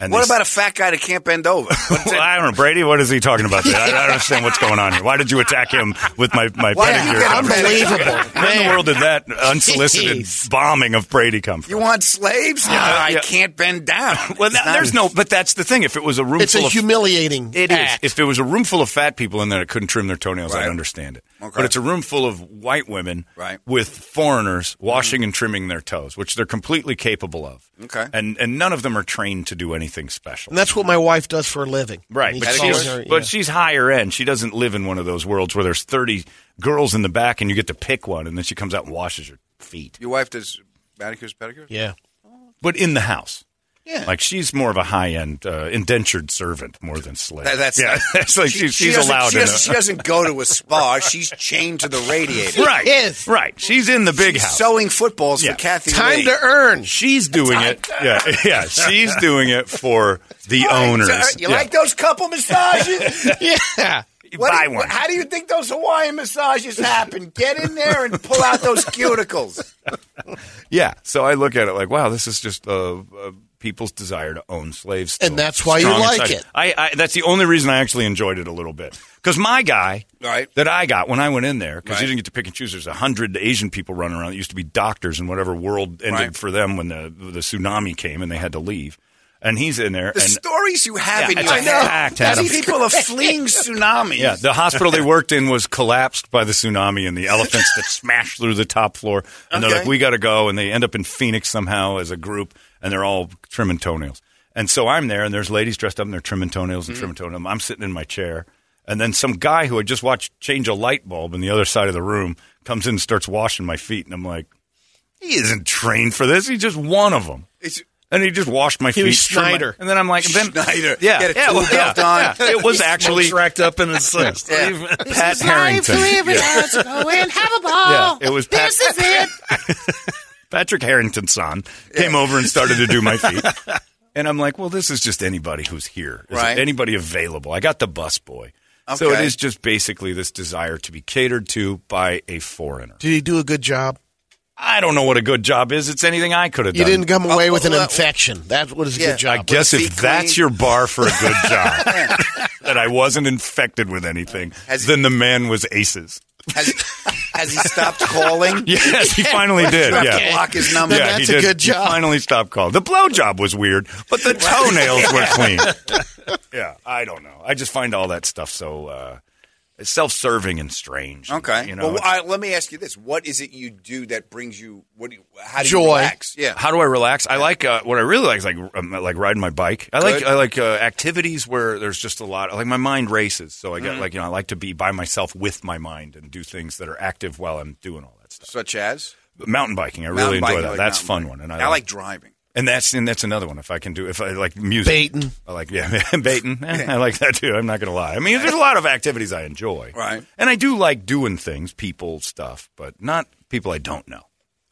Speaker 3: And
Speaker 4: What
Speaker 3: they-
Speaker 4: about a fat guy that can't bend over? What's
Speaker 3: Well,
Speaker 4: it-
Speaker 3: I don't know, Brady. What is he talking about? There? I, I don't understand what's going on here. Why did you attack him with my my
Speaker 4: Why did he
Speaker 3: pedicure?
Speaker 4: get a
Speaker 5: Unbelievable.
Speaker 3: Where in the world did that unsolicited
Speaker 5: Jeez.
Speaker 3: bombing of Brady come from?
Speaker 4: you want slaves? Ah,
Speaker 3: yeah.
Speaker 4: I can't bend down.
Speaker 3: well,
Speaker 4: It's
Speaker 3: that,
Speaker 4: not-
Speaker 3: there's no. But that's the thing. If it was a room
Speaker 5: It's a
Speaker 3: full of
Speaker 5: humiliating.
Speaker 3: It is.
Speaker 5: act.
Speaker 3: If there was a room full of fat people in there that couldn't trim their toenails, I'd
Speaker 4: Right.
Speaker 3: understand it.
Speaker 4: Okay.
Speaker 3: But it's a room full of white women
Speaker 4: Right. Mm-hmm.
Speaker 3: with foreigners washing and trimming their toes, which they're completely capable of.
Speaker 4: Okay.
Speaker 3: And and none of them are trained to do anything special.
Speaker 5: And that's what my wife does for a living.
Speaker 3: Right,
Speaker 5: And
Speaker 3: but
Speaker 5: he
Speaker 3: she's,
Speaker 5: calls her- yeah.
Speaker 3: but she's higher end. She doesn't live in one of those worlds where there's 30 girls in the back and you get to pick one and then she comes out and washes your feet.
Speaker 4: Your wife does manicures, pedicures.
Speaker 5: yeah.
Speaker 3: But in the house. Yeah. Like she's more of a high end uh, indentured servant more than slave.
Speaker 4: That- that's
Speaker 3: yeah. it's like she, she's
Speaker 4: doesn't-
Speaker 3: allowed
Speaker 4: She
Speaker 3: in
Speaker 4: doesn't,
Speaker 3: a-
Speaker 4: she doesn't go to a spa. She's chained to the radiator.
Speaker 3: right.
Speaker 5: Yes.
Speaker 3: Right. She's in the big
Speaker 4: She's
Speaker 3: house.
Speaker 4: sewing footballs
Speaker 3: Yeah.
Speaker 4: for Kathy.
Speaker 5: Time
Speaker 4: Lee.
Speaker 5: to earn.
Speaker 3: she's doing it. Yeah. Yeah. She's doing it for the
Speaker 4: All right,
Speaker 3: owners.
Speaker 4: sir, uh, You
Speaker 3: Yeah.
Speaker 4: like those couple massages?
Speaker 5: yeah.
Speaker 3: You
Speaker 4: What do
Speaker 3: buy
Speaker 4: you-
Speaker 3: one.
Speaker 4: How do you think those Hawaiian massages happen? Get in there and pull out those cuticles.
Speaker 3: Yeah. So I look at it like, wow, this is just uh, uh, people's desire to own slaves.
Speaker 5: And that's why you like it.
Speaker 3: I, I that's the only reason I actually enjoyed it a little bit because my guy
Speaker 4: Right.
Speaker 3: that I got when I went in there because
Speaker 4: Right.
Speaker 3: you didn't get to pick and choose. There's a hundred Asian people running around that used to be doctors in whatever world ended
Speaker 4: Right.
Speaker 3: for them when the the tsunami came and they had to leave. And he's in there.
Speaker 4: The
Speaker 3: and
Speaker 4: stories you have
Speaker 3: Yeah,
Speaker 4: in
Speaker 3: it's
Speaker 4: your
Speaker 3: a
Speaker 4: head.
Speaker 3: fact, Adam.
Speaker 4: These people are fleeing tsunamis.
Speaker 3: Yeah, the hospital they worked in was collapsed by the tsunami and the elephants that smashed through the top floor. And they're
Speaker 4: Okay.
Speaker 3: like, we got to go. And they end up in Phoenix somehow as a group, and they're all trimming toenails. And so I'm there, and there's ladies dressed up, and they're trimming toenails and trimming toenails. I'm sitting in my chair. And then some guy who I just watched change a light bulb in the other side of the room comes in and starts washing my feet. And I'm like, he isn't trained for this. He's just one of them.
Speaker 4: It's-
Speaker 3: And he just washed my
Speaker 5: He
Speaker 3: feet.
Speaker 5: was
Speaker 3: trimmed my-
Speaker 5: Schneider.
Speaker 3: and then I'm like, then,
Speaker 4: Schneider.
Speaker 3: Yeah.
Speaker 4: He had a
Speaker 3: yeah,
Speaker 4: tool
Speaker 3: well, yeah,
Speaker 4: belt on.
Speaker 3: yeah. It was actually
Speaker 6: racked up in his uh,
Speaker 4: Yeah.
Speaker 3: Pat Harrington.
Speaker 5: Let's go and have a ball.
Speaker 3: Yeah, it was Pat- This is
Speaker 5: it.
Speaker 3: Patrick Harrington's son came over and started to do my feet. And I'm like, well, this is just anybody who's here. Is
Speaker 4: Right.
Speaker 3: anybody available? I got the bus boy. So it
Speaker 4: Okay.
Speaker 3: is just basically this desire to be catered to by a foreigner.
Speaker 5: Did he do a good job?
Speaker 3: I don't know what a good job is. It's anything I could have
Speaker 5: You
Speaker 3: done. Oh,
Speaker 5: didn't come away
Speaker 4: Uh,
Speaker 5: with an
Speaker 4: well,
Speaker 5: infection. That was a
Speaker 4: yeah,
Speaker 5: good job.
Speaker 3: I guess
Speaker 4: With
Speaker 3: if
Speaker 4: feet
Speaker 3: that's
Speaker 4: clean.
Speaker 3: your bar for a good job, that I wasn't infected with anything,
Speaker 4: Has-
Speaker 3: then the man was aces.
Speaker 4: Has, has he stopped calling?
Speaker 3: Yes, he finally did.
Speaker 4: You have
Speaker 3: Yeah.
Speaker 4: to block his number.
Speaker 5: Then that's a good
Speaker 3: He
Speaker 5: job.
Speaker 3: finally stopped calling. The blowjob was weird, but the toenails were clean. yeah, I don't know. I just find all that stuff so uh, self-serving and strange.
Speaker 4: Okay.
Speaker 3: you know,
Speaker 4: well, I, let me ask you this: What is it you do that brings you? What do you, how do you
Speaker 5: Joy.
Speaker 4: relax? Yeah.
Speaker 3: how do I relax? I like uh, what I really like is like um, I like riding my bike. I like
Speaker 4: Good.
Speaker 3: I like uh, activities where there's just a lot. Like my mind races, so I get
Speaker 4: Mm-hmm.
Speaker 3: like you know I like to be by myself with my mind and do things that are active while I'm doing all that stuff.
Speaker 4: Such as
Speaker 3: Mountain biking, I really
Speaker 4: Mountain biking,
Speaker 3: enjoy that.
Speaker 4: like
Speaker 3: That's
Speaker 4: mountain
Speaker 3: fun
Speaker 4: biking.
Speaker 3: one, and
Speaker 4: I
Speaker 3: I,
Speaker 4: like driving.
Speaker 3: And that's and that's another one. If I can do, if I like music,
Speaker 5: Baiting.
Speaker 3: I like yeah, baiting. Eh, I like that too. I'm not gonna lie. I mean, there's a lot of activities I enjoy,
Speaker 4: Right.
Speaker 3: And I do like doing things, people, stuff, but not people I don't know.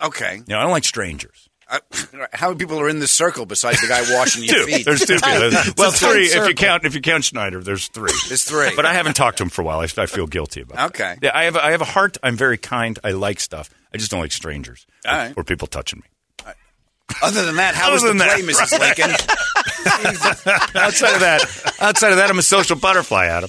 Speaker 4: Okay.
Speaker 3: You know, I don't like strangers.
Speaker 4: I, how many people are in this circle besides the guy washing your
Speaker 3: Two.
Speaker 4: feet?
Speaker 3: There's two people.
Speaker 5: It's
Speaker 3: well,
Speaker 5: a tight
Speaker 3: three if you
Speaker 5: circle.
Speaker 3: count if you count Schneider. There's three.
Speaker 4: There's three.
Speaker 3: But I haven't talked to him for a while. I, I feel guilty about. it.
Speaker 4: Okay.
Speaker 3: Yeah, I have a, I have a heart. I'm very kind. I like stuff. I just don't like strangers
Speaker 4: All
Speaker 3: or-
Speaker 4: right.
Speaker 3: or people touching me.
Speaker 4: Other than that, how
Speaker 3: Other
Speaker 4: was the
Speaker 3: than that,
Speaker 4: play, Mrs. Lincoln?
Speaker 3: outside of that, outside of that, I'm a social butterfly, Adam.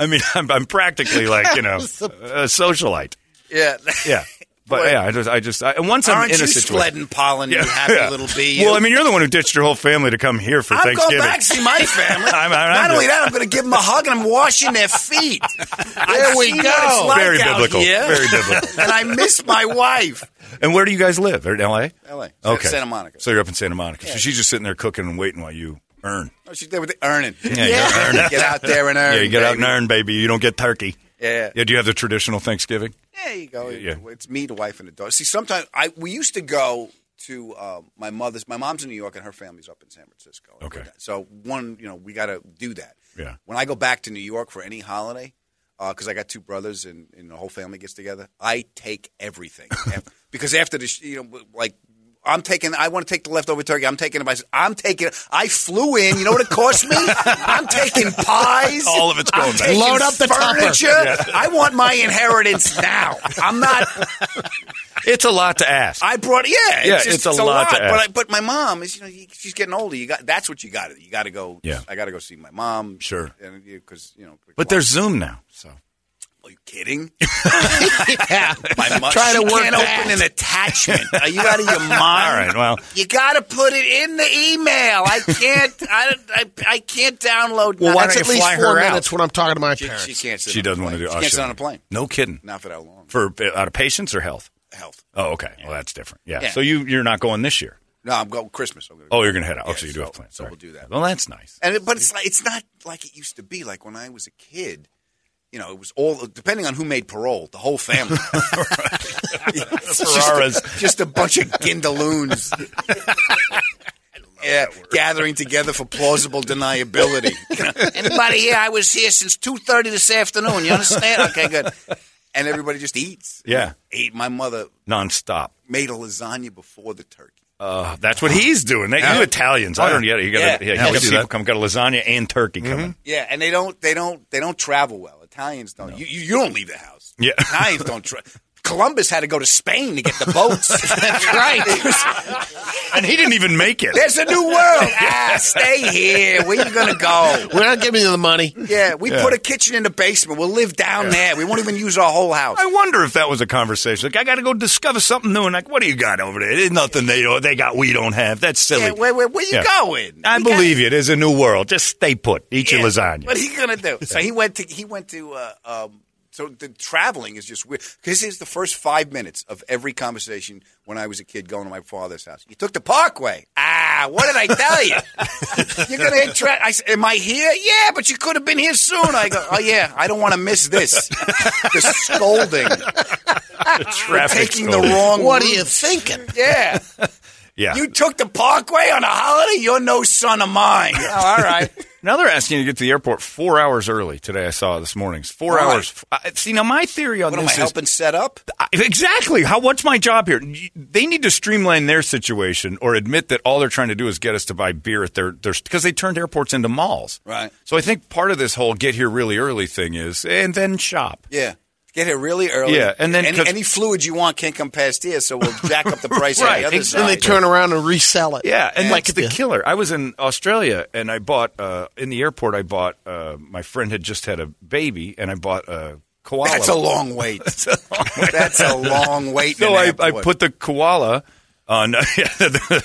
Speaker 3: I mean, I'm, I'm practically like you know a socialite.
Speaker 4: yeah.
Speaker 3: Yeah, but yeah, I just, I just, I, and once I'm
Speaker 4: Aren't
Speaker 3: in
Speaker 4: you
Speaker 3: a
Speaker 4: sled
Speaker 3: situation.
Speaker 4: and pollen, you happy
Speaker 3: Yeah.
Speaker 4: little bee?
Speaker 3: Well, I mean, you're the one who ditched your whole family to come here for
Speaker 4: I'm going
Speaker 3: Thanksgiving.
Speaker 4: back to see my family.
Speaker 3: I'm- I'm-
Speaker 4: Not
Speaker 3: I'm
Speaker 4: only
Speaker 3: just-
Speaker 4: that, I'm going to give them a hug and I'm washing their feet. there
Speaker 5: we go.
Speaker 4: Like
Speaker 3: Very
Speaker 4: out
Speaker 3: biblical.
Speaker 4: here.
Speaker 3: Very biblical.
Speaker 4: and I miss my wife.
Speaker 3: And where do you guys live? They're in L.A.
Speaker 4: LA.
Speaker 3: Okay,
Speaker 4: Santa Monica.
Speaker 3: So you're up in Santa Monica. So she's just sitting there cooking and waiting while you earn.
Speaker 4: Oh, she's there with the earning.
Speaker 3: Yeah, you're earning.
Speaker 4: Get out there and earn.
Speaker 3: yeah, you get out and
Speaker 4: baby.
Speaker 3: earn, baby. You don't get turkey.
Speaker 4: Yeah.
Speaker 3: Yeah. Do you have the traditional Thanksgiving?
Speaker 4: There you go.
Speaker 3: Yeah.
Speaker 4: It's me, the wife, and the daughter. See, sometimes I we used to go to uh, my mother's. My mom's in New York, and her family's up in San Francisco.
Speaker 3: Okay.
Speaker 4: So one, you know, we got to do that.
Speaker 3: Yeah.
Speaker 4: When I go back to New York for any holiday, because I got two brothers and, and the whole family gets together, I take everything Af- because after the sh- you know like. I'm taking. I want to take the leftover turkey. I'm taking it. Myself. I'm taking. I flew in. You know what it cost me? I'm taking pies.
Speaker 3: All of it's
Speaker 4: I'm
Speaker 3: going back.
Speaker 4: taking
Speaker 5: Load up the topper.
Speaker 4: furniture. I want my inheritance now. I'm not.
Speaker 3: It's a lot to ask.
Speaker 4: I brought. Yeah, it's,
Speaker 3: Yeah, it's
Speaker 4: just-
Speaker 3: a lot to
Speaker 4: But I,
Speaker 3: ask.
Speaker 4: but my mom is. You know, she's getting older. You got. That's what you got. to You got to go.
Speaker 3: Yeah.
Speaker 4: I got to go see my mom.
Speaker 3: Sure.
Speaker 4: And because you know.
Speaker 3: but there's Zoom now, so
Speaker 4: Are you kidding?
Speaker 5: yeah.
Speaker 4: My mom
Speaker 5: Try to
Speaker 4: she
Speaker 5: work
Speaker 4: can't
Speaker 5: that.
Speaker 4: open an attachment. Are you out of your mind?
Speaker 3: All right, well-
Speaker 4: you got to put it in the email. I can't. I, I, I can't download.
Speaker 3: Well, why
Speaker 5: That's
Speaker 3: don't
Speaker 5: at
Speaker 3: you
Speaker 5: least
Speaker 3: fly
Speaker 5: four
Speaker 3: her out?
Speaker 5: minutes when I'm talking to my
Speaker 4: she,
Speaker 5: parents.
Speaker 4: she can't. Sit
Speaker 3: she
Speaker 4: on a
Speaker 3: doesn't want to
Speaker 4: plane.
Speaker 3: do.
Speaker 4: She
Speaker 3: oh,
Speaker 4: can't sit
Speaker 3: sure.
Speaker 4: on a plane.
Speaker 3: No kidding.
Speaker 4: Not for that long.
Speaker 3: for out of patience or health.
Speaker 4: Health.
Speaker 3: Oh, okay. Well, that's different. Yeah.
Speaker 4: Yeah.
Speaker 3: So you you're not going this year.
Speaker 4: No, I'm going Christmas. I'm gonna
Speaker 3: Oh, you're gonna head out. Oh,
Speaker 4: Yeah,
Speaker 3: so you do have plans.
Speaker 4: So
Speaker 3: All right.
Speaker 4: we'll do that.
Speaker 3: Well, that's nice.
Speaker 4: And it, but it's like, it's not like it used to be. Like when I was a kid, you know, it was all depending on who made parole. The whole family, Yeah, it's
Speaker 3: Ferraras.
Speaker 4: just, a- just a bunch of gindaloons. Yeah, gathering together for plausible deniability. Anybody here? I was here since two thirty this afternoon. You understand? Okay, good. And everybody just eats.
Speaker 3: Yeah,
Speaker 4: Ate. My mother
Speaker 3: nonstop.
Speaker 4: made a lasagna before the turkey.
Speaker 3: Uh, that's what he's doing. They, You Italians, I don't get it. You got
Speaker 4: Yeah.
Speaker 3: yeah, you
Speaker 4: Yeah,
Speaker 3: got
Speaker 4: we do
Speaker 3: people
Speaker 4: that. Mm-hmm.
Speaker 3: come, got a lasagna and turkey coming.
Speaker 4: Yeah, and they don't they don't they don't travel well. Italians don't. You, you you don't leave the house.
Speaker 3: Yeah.
Speaker 4: Italians don't. Tra- Columbus had to go to Spain to get the boats. That's right.
Speaker 3: and he didn't even make it.
Speaker 4: There's a new world. Ah, stay here. Where you gonna go?
Speaker 5: We're not giving you the money.
Speaker 4: Yeah, we
Speaker 3: Yeah.
Speaker 4: put a kitchen in the basement. We'll live down there. We won't even use our whole house.
Speaker 3: I wonder if that was a conversation. Like, I got to go discover something new. And like, what do you got over there? There's nothing they don't, they got we don't have. That's silly.
Speaker 4: Yeah, where, where, where you
Speaker 3: Yeah.
Speaker 4: going?
Speaker 3: I
Speaker 4: We got-
Speaker 3: believe you. There's a new world. Just stay put. Eat your
Speaker 4: Yeah.
Speaker 3: lasagna.
Speaker 4: What are you gonna do? So he went to he went to uh, um, so the traveling is just weird because is the first five minutes of every conversation when I was a kid going to my father's house. You took the Parkway. Ah, what did I tell you? You're gonna hit tra- I, s- Am I here? Yeah, but you could have been here soon. I go. Oh yeah, I don't want to miss this. the scolding. We're
Speaker 3: traffic
Speaker 4: taking the
Speaker 3: scolding.
Speaker 4: wrong.
Speaker 5: What are
Speaker 4: route.
Speaker 5: you thinking?
Speaker 4: Yeah.
Speaker 3: yeah.
Speaker 4: You took the Parkway on a holiday. You're no son of mine. Oh, all right.
Speaker 3: now they're asking you to get to the airport four hours early today. I saw this morning. It's Four
Speaker 4: Why?
Speaker 3: hours. I, see, now my theory on
Speaker 4: What am I
Speaker 3: this is
Speaker 4: helping set up?
Speaker 3: I- exactly how. What's my job here? You- They need to streamline their situation or admit that all they're trying to do is get us to buy beer at their their because they turned airports into malls.
Speaker 4: Right.
Speaker 3: So I think part of this whole get here really early thing is and then shop.
Speaker 4: Yeah. Get here really early.
Speaker 3: Yeah, and then-
Speaker 4: any,
Speaker 3: 'cause-
Speaker 4: any fluid you want can't come past here, so we'll jack up the price on
Speaker 3: Right,
Speaker 4: the other
Speaker 3: exactly.
Speaker 4: side.
Speaker 5: Then they turn around and resell it.
Speaker 3: Yeah, and
Speaker 5: Like
Speaker 3: that's the
Speaker 5: the-
Speaker 3: killer. I was in Australia and I bought uh, in the airport. I bought uh, my friend had just had a baby, and I bought a koala.
Speaker 4: That's a long wait. That's a long wait.
Speaker 3: So
Speaker 4: in an
Speaker 3: I, I
Speaker 4: airport.
Speaker 3: put the koala on.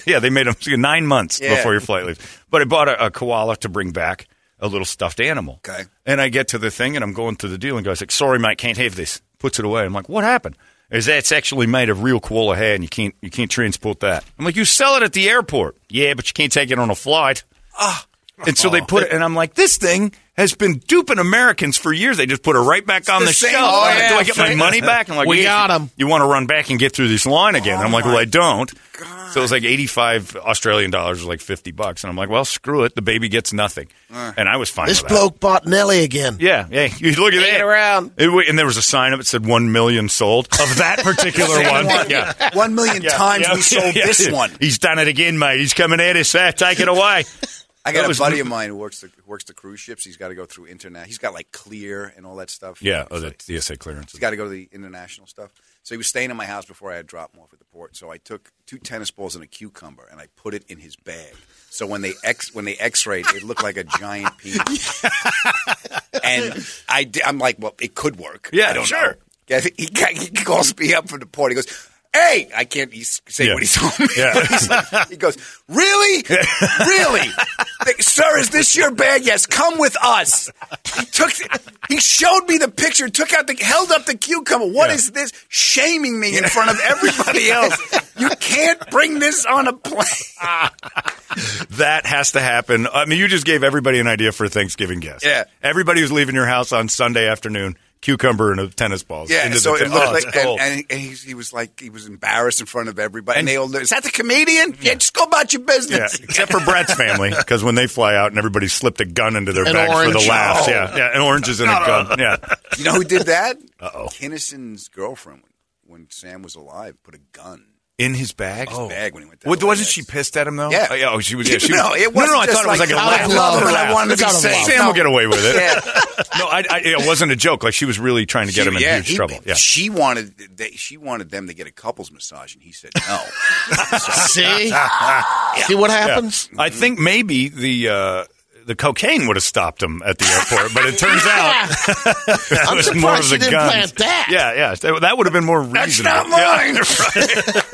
Speaker 3: yeah, they made them nine months
Speaker 4: Yeah.
Speaker 3: before your flight leaves. But I bought a, a koala to bring back a little stuffed animal.
Speaker 4: Okay.
Speaker 3: And I get to the thing and I'm going through the deal and goes like, "Sorry, mate, can't have this." Puts it away. I'm like, "What happened?" Is that it's actually made of real koala hair and you can't you can't transport that. I'm like, "You sell it at the airport." Yeah, but you can't take it on a flight.
Speaker 4: Ah.
Speaker 3: And so they put it, and I'm like, this thing has been duping Americans for years. They just put it right back on the,
Speaker 4: the same
Speaker 3: shelf.
Speaker 4: one.
Speaker 3: I'm like, Do I get my
Speaker 4: Yeah.
Speaker 3: money back? I'm like,
Speaker 5: We
Speaker 3: yeah,
Speaker 5: got
Speaker 3: you-
Speaker 5: 'em.
Speaker 3: You want to run back and get through this line again? And I'm like, well, I don't. So it was like 85 Australian dollars, was like 50 bucks. And I'm like, well, screw it. The baby gets nothing. And I was fine.
Speaker 5: This
Speaker 3: with that.
Speaker 5: bloke bought Nelly again.
Speaker 3: Yeah, yeah. You look at
Speaker 5: Hanging
Speaker 3: that.
Speaker 5: around.
Speaker 3: It wa- and there was a sign up that said one million sold of that particular one. Yeah.
Speaker 4: one million
Speaker 3: Yeah,
Speaker 4: times
Speaker 3: yeah,
Speaker 4: we sold
Speaker 3: yeah.
Speaker 4: this one.
Speaker 3: He's done it again, mate. He's coming at us. Ah, take it away.
Speaker 4: I got
Speaker 3: That
Speaker 4: a
Speaker 3: was-
Speaker 4: buddy of mine who works the who works the cruise ships. He's got to go through internet. He's got like clear and all that stuff.
Speaker 3: Yeah, oh,
Speaker 4: It's
Speaker 3: the
Speaker 4: like-
Speaker 3: DSA clearance.
Speaker 4: He's got to go to the international stuff. So he was staying in my house before I had dropped him off at the port. So I took two tennis balls and a cucumber and I put it in his bag. So when they x when they x-rayed, it looked like a giant penis. and I di- I'm like, well, it could work.
Speaker 3: Yeah,
Speaker 4: I don't
Speaker 3: sure.
Speaker 4: know. Yeah, He, ca- he calls me up from the port. He goes, "Hey, I can't he's say
Speaker 3: Yeah.
Speaker 4: what he told me."
Speaker 3: Yeah.
Speaker 4: But he's like- he goes, "Really, really, Like, sir? Is this your bag? Yes. Come with us." He took. He showed me the picture. Took out the held up the cucumber. What
Speaker 3: Yeah.
Speaker 4: is this? Shaming me in front of everybody else. you can't bring this on a plane.
Speaker 3: That has to happen. I mean, you just gave everybody an idea for a Thanksgiving guest.
Speaker 4: Yeah.
Speaker 3: Everybody who's leaving your house on Sunday afternoon, cucumber and a tennis balls.
Speaker 4: Yeah,
Speaker 3: into
Speaker 4: so
Speaker 3: the
Speaker 4: it
Speaker 3: ta-
Speaker 4: looked
Speaker 3: oh,
Speaker 4: like,
Speaker 3: it's cold.
Speaker 4: and, and, and he, he was like, he was embarrassed in front of everybody. And, they all, is that the comedian? Yeah, just go about your
Speaker 3: yeah,
Speaker 4: business.
Speaker 3: except for Brad's family, because when they fly out and everybody slipped a gun into their
Speaker 5: An
Speaker 3: bags for the
Speaker 5: orange.
Speaker 3: laughs,
Speaker 5: Oh.
Speaker 3: yeah, yeah, and oranges and a gun, yeah,
Speaker 4: You know who did that?
Speaker 3: Uh-oh.
Speaker 4: Kinnison's girlfriend, when Sam was alive, put a gun
Speaker 3: in his bag.
Speaker 4: in his bag when he went down.
Speaker 3: Oh. What,
Speaker 4: to
Speaker 3: wasn't
Speaker 4: LAX.
Speaker 3: she pissed at him though?
Speaker 4: Yeah.
Speaker 3: Oh, yeah. Oh, she was. Yeah, she
Speaker 4: No,
Speaker 3: was,
Speaker 4: it
Speaker 3: no, no.
Speaker 4: wasn't
Speaker 3: I
Speaker 4: just
Speaker 3: thought it was like
Speaker 4: like,
Speaker 3: a
Speaker 4: out
Speaker 3: laugh.
Speaker 4: of love and I
Speaker 3: laugh.
Speaker 4: wanted to
Speaker 3: It's
Speaker 4: be
Speaker 3: out of
Speaker 4: safe.
Speaker 3: love. Sam
Speaker 4: No.
Speaker 3: will get away with it.
Speaker 4: Yeah.
Speaker 3: No, I, I, it wasn't a joke. Like she was really trying to get him in
Speaker 4: She- yeah,
Speaker 3: huge
Speaker 4: he-
Speaker 3: trouble. Yeah.
Speaker 4: She wanted they, she wanted them to get a couples massage, and he said no.
Speaker 5: See? See what happens?
Speaker 3: I think maybe the uh, the cocaine would have stopped him at the airport, but it turns out that
Speaker 5: I'm
Speaker 3: was
Speaker 5: surprised
Speaker 3: more of
Speaker 5: you
Speaker 3: the
Speaker 5: didn't
Speaker 3: guns.
Speaker 5: plant that.
Speaker 3: Yeah, yeah, that, that would have been more
Speaker 4: That's
Speaker 3: reasonable.
Speaker 4: not mine.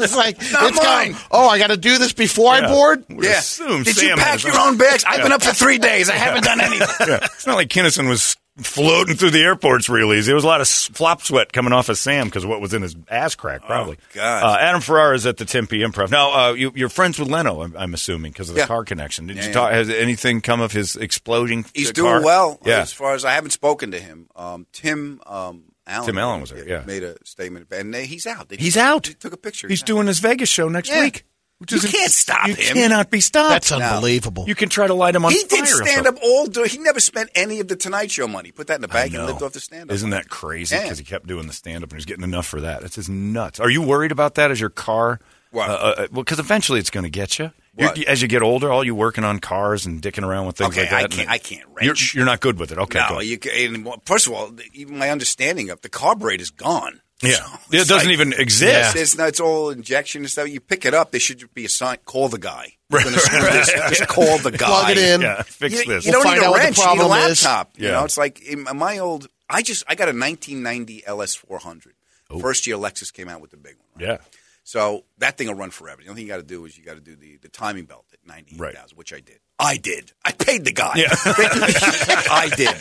Speaker 5: It's like,
Speaker 4: Not
Speaker 5: it's kind
Speaker 4: mine.
Speaker 5: of, oh, I got to do this before I board?
Speaker 3: Would
Speaker 4: Yeah.
Speaker 3: assume
Speaker 4: Did
Speaker 3: Sam
Speaker 4: you
Speaker 3: had
Speaker 4: pack
Speaker 3: his
Speaker 4: your own bags? I've been up for three days. I haven't done anything.
Speaker 3: Yeah. It's not like Kinnison was floating through the airports real easy. There was a lot of s- flop sweat coming off of Sam because what was in his ass crack,
Speaker 4: Oh,
Speaker 3: probably.
Speaker 4: gosh.
Speaker 3: Uh, Adam Ferrara is at the Tempe Improv. Now, uh, you, you're friends with Leno, I'm, I'm assuming, because of the
Speaker 4: Yeah.
Speaker 3: car connection. Did
Speaker 4: Yeah,
Speaker 3: you
Speaker 4: yeah.
Speaker 3: talk? Has anything come of his exploding?
Speaker 4: He's
Speaker 3: car?
Speaker 4: doing well.
Speaker 3: Yeah.
Speaker 4: As far as I haven't spoken to him, um, Tim um, Allen.
Speaker 3: Tim Allen was there, yeah.
Speaker 4: Made a statement, and they- he's out. They
Speaker 3: He's out.
Speaker 4: He took a picture.
Speaker 3: He's doing his Vegas show next
Speaker 4: Yeah.
Speaker 3: week. Which
Speaker 4: You
Speaker 3: is-
Speaker 4: can't stop
Speaker 3: you
Speaker 4: him.
Speaker 3: cannot be stopped.
Speaker 5: That's unbelievable.
Speaker 3: You can try to light him on
Speaker 4: He
Speaker 3: fire.
Speaker 4: did
Speaker 3: or
Speaker 4: stand
Speaker 3: something.
Speaker 4: up all. Day. He never spent any of the Tonight Show money. Put that in the bank and lived off the stand up.
Speaker 3: Isn't that crazy?
Speaker 4: Yeah.
Speaker 3: Because he kept doing the stand up and he was getting enough for that. It's just nuts. Are you worried about that as your car?
Speaker 4: What?
Speaker 3: Uh, uh, well, because eventually it's going to get you.
Speaker 4: What?
Speaker 3: You're- As you get older, all you working on cars and dicking around with things
Speaker 4: Okay,
Speaker 3: like that.
Speaker 4: I
Speaker 3: and
Speaker 4: can't-
Speaker 3: then-
Speaker 4: I can't
Speaker 3: You're,
Speaker 4: wrench.
Speaker 3: you're not good with it. Okay.
Speaker 4: no,
Speaker 3: good.
Speaker 4: you ca- and, well, first of all, th- even my understanding of the carburetor is gone.
Speaker 3: yeah. It doesn't even
Speaker 4: Yes,
Speaker 3: exist.
Speaker 4: it's, not- it's all injection and stuff. You pick it up. There should be a sign. Call the guy. Right. Just call the guy.
Speaker 5: Plug it in.
Speaker 3: Yeah. Fix
Speaker 4: you,
Speaker 3: this.
Speaker 4: you
Speaker 5: We'll
Speaker 4: don't
Speaker 5: find
Speaker 4: need
Speaker 5: out
Speaker 4: a
Speaker 5: what the
Speaker 4: wrench. You need a
Speaker 5: problem is.
Speaker 4: laptop. You
Speaker 3: Yeah.
Speaker 4: know, it's like in my old. I just I got a 1990 LS400.
Speaker 3: Oh.
Speaker 4: First year Lexus came out with the big one. right?
Speaker 3: yeah.
Speaker 4: So that thing will run forever. The only thing you got to do is you got to do the, the timing belt at 98,000,
Speaker 3: Right.
Speaker 4: which I did. I did. I paid the guy. I did.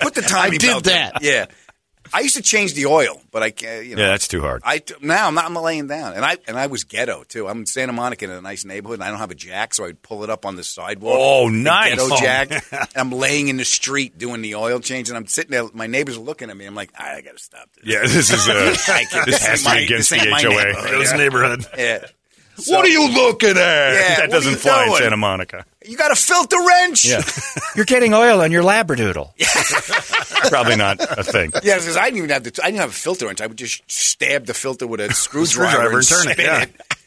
Speaker 4: Put the timing
Speaker 5: I did
Speaker 4: belt in.
Speaker 5: that.
Speaker 4: Yeah. I used to change the oil, but I can't, you know.
Speaker 3: Yeah, that's too hard.
Speaker 4: I t- now I'm not I'm laying down, and I and I was ghetto too. I'm in Santa Monica in a nice neighborhood, and I don't have a jack, so I'd pull it up on the sidewalk.
Speaker 3: Oh,
Speaker 4: the
Speaker 3: nice.
Speaker 4: ghetto
Speaker 3: Oh,
Speaker 4: jack. and I'm laying in the street doing the oil change, and I'm sitting there. My neighbors are looking at me. I'm like, "All right, I got to stop this.
Speaker 3: yeah, this is uh,
Speaker 4: I can't-
Speaker 3: this has to
Speaker 4: my-
Speaker 3: be against the
Speaker 4: this ain't my
Speaker 3: HOA.
Speaker 4: neighborhood. It was Yeah.
Speaker 3: neighborhood.
Speaker 4: Yeah.
Speaker 3: what are you looking at?
Speaker 4: what
Speaker 3: that
Speaker 4: are
Speaker 3: doesn't
Speaker 4: you
Speaker 3: fly in
Speaker 4: doing?
Speaker 3: Santa Monica.
Speaker 4: You got to filter wrench.
Speaker 3: Yeah. You're getting oil on your labradoodle. Probably not a thing.
Speaker 4: Yeah, because I didn't even have the I didn't have a filter wrench. I would just stab the filter with a screwdriver,
Speaker 6: Screwdriver and turn it,
Speaker 4: spin